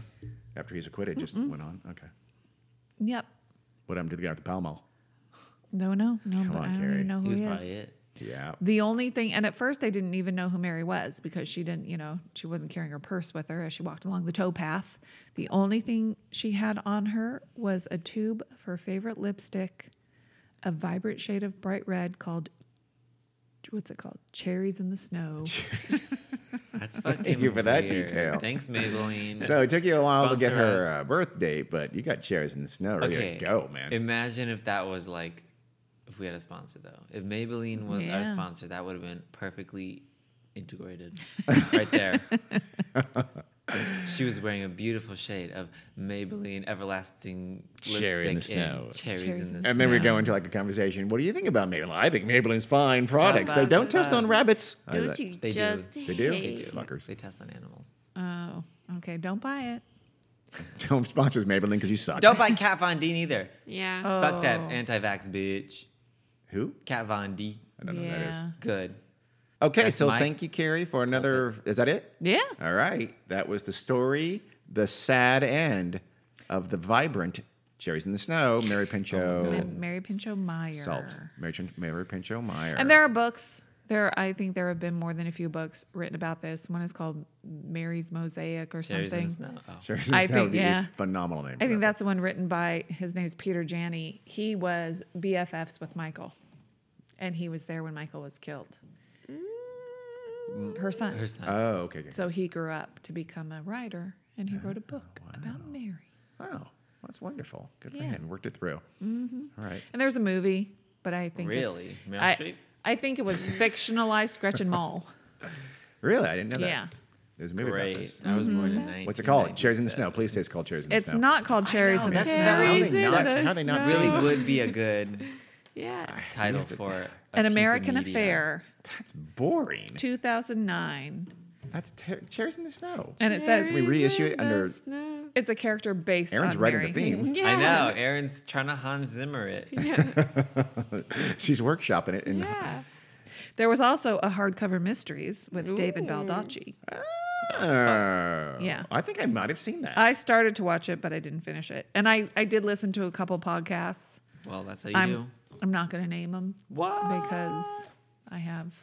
B: After he's acquitted, just
C: Mm-hmm.
B: went on. Okay.
A: Yep.
B: What happened to the guy with the Pall Mall?
A: No, no, no. But
B: on,
A: I don't
B: Carrie.
A: even know
C: He
A: who
C: was
A: he
C: probably
A: is.
C: it.
B: Yeah.
A: The only thing, and at first they didn't even know who Mary was because she didn't, you know, she wasn't carrying her purse with her as she walked along the tow path. The only thing she had on her was a tube of her favorite lipstick, a vibrant shade of bright red called, what's it called? Cherries in
C: *laughs*
A: the Snow.
B: *laughs*
C: That's fucking
B: you for that
C: weird.
B: detail.
C: Thanks, Maybelline.
B: So it took you a while to get
C: Sponsor
B: her
C: us.
B: uh, birth date, but you got cherries in the snow ready
C: okay,
B: to go, man.
C: Imagine if that was like, if we had a sponsor though. If Maybelline was our
A: Yeah.
C: sponsor, that would have been perfectly
A: *laughs*
C: integrated right there. she was wearing a beautiful shade of Maybelline Everlasting
B: Cherry in the
C: lipstick and
B: snow.
C: cherries,
A: Cherries
C: in the
A: in
C: snow.
A: the
B: and then we go into like a conversation. What do you think about Maybelline? I think Maybelline's fine products. They
C: about
B: don't test on
C: that?
B: rabbits. I
E: Don't
B: like-
E: you
C: They do.
E: just
B: They do?
E: hate?
B: Fuckers.
C: They test on animals.
A: Oh, okay. Don't buy it.
B: *laughs* Don't sponsor Maybelline because you suck.
C: Don't buy Kat Von D either.
E: Yeah.
C: Fuck that
A: Oh.
C: anti-vax bitch.
B: Who?
C: Kat Von D.
B: I don't know who that is.
C: Good.
B: Okay,
C: That's
B: so
C: my-
B: thank you, Carrie, for another. Is that it?
A: Yeah.
B: All right. That was the story, the sad end of the vibrant Cherries in the Snow, Mary Pinchot
A: And Oh, Mary Pinchot Meyer.
B: Salt. Mary, Chin- Mary Pinchot Meyer.
A: And there are books. There, I think there have been more than a few books written about this. One is called Mary's Mosaic or
C: Cherries in
A: something.
C: the snow. Oh.
B: Cherries in the
A: I
B: Snow
A: think-
B: would be
A: yeah.
B: a phenomenal name.
A: I
B: for
A: think
B: that.
A: that's the one written by his name's Peter Janney. He was BFFs with Michael, and he was there when Michael was killed. Her son.
C: Her son.
B: Oh, okay. okay.
A: So he grew up to become a writer, and he wrote a book about Mary.
B: Wow, that's wonderful. Good for
A: Yeah.
B: him. Worked it through. All right.
A: And there's a movie, but I think it's-
C: Really? Meryl
A: I-
C: Streep?
A: I think it was fictionalized
C: *laughs*
A: Gretchen Mol.
B: Really, I didn't know that.
A: Yeah.
B: There's a movie about
C: Great.
B: this.
C: I was born in
A: Mm-hmm.
C: 19.
B: What's it called? Cherries in the Snow. Please say it's called Cherries in the
A: It's
B: Snow.
A: not called Cherries in the
C: that's
A: Snow.
C: not-
B: How
C: Cherries
B: they not?
A: in
B: How
A: the
B: they not?
A: Snow.
B: see
C: Really
B: this?
C: would be a good
E: Yeah.
C: title for a piece
A: An
C: of
A: American
C: media.
A: Affair,
B: That's boring.
A: 2009.
B: That's ter- Cherries in the Snow.
A: And it says
B: Can we reissue it under?
E: No.
A: it's a character based
B: Aaron's
A: on
B: writing
A: Mary.
B: the theme. *laughs*
E: Yeah.
C: I know. Aaron's trying to Hans Zimmer it.
B: She's workshopping it. And
E: Yeah.
A: There was also a hardcover mysteries with David Baldacci.
B: Oh,
A: Yeah.
B: I think I might have seen that.
A: I started to watch it, but I didn't finish it. And I, I did listen to a couple podcasts.
C: Well, that's how you do.
A: I'm I'm not going to name them
C: What?
A: because I have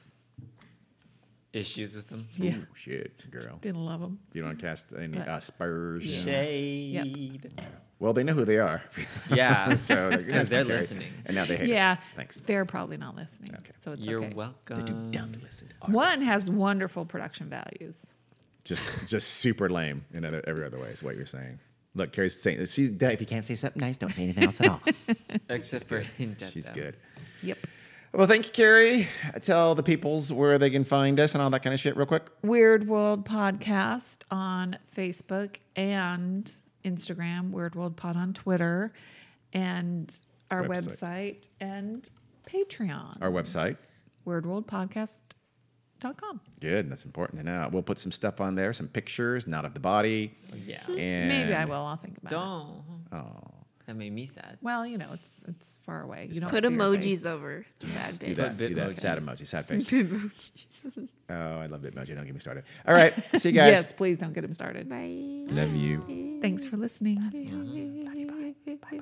C: Issues with them.
A: yeah
B: Oh, shit, girl.
A: didn't love them.
B: You don't cast any uh,
A: But-
B: aspersions.
C: Shade.
B: Well, they know who they are. *laughs*
A: *laughs*
C: Yeah.
B: so *laughs* like, that's
C: they're
B: my Carrie.
C: listening.
B: And now they hate us.
A: Yeah,
B: Thanks.
A: They're probably not listening, so it's
C: *laughs* You're
A: okay.
C: welcome.
A: One has wonderful production values.
B: just just super lame in other, every other way is what you're saying. Look, Carrie's saying she's if you can't say something nice, don't say anything else at all.
C: Except for hint at
B: she's
C: them.
B: good.
A: Yep.
B: *laughs* Well, thank you, Carrie. Tell the peoples where they can find us and all that kind of shit, real quick.
A: Weird World Podcast on Facebook and Instagram, Weird World Pod on Twitter, and our
B: Website.
A: website, and Patreon,
B: Our website.
A: Weird World weirdworldpodcast.com.
B: Good, that's important to know. We'll put some stuff on there, some pictures, not of the body.
C: Yeah.
B: And
A: Maybe I will. I'll think about it.
C: Don't.
B: Oh,
C: That made me sad.
A: Well, you know, it's it's far away. You don't
E: Put
A: see your
E: emojis
A: face.
E: over.
B: Yes,
E: Bad
B: do
E: bitch.
B: that. Do that.
C: Bitmojis.
B: Sad emoji. Sad face. oh, I love Bitmoji. Don't get me started. All right. See you
A: *laughs*
B: guys.
A: Yes, please don't get him started.
E: Bye.
B: Love you.
A: Thanks for listening.
E: Bye. Bye. Bye.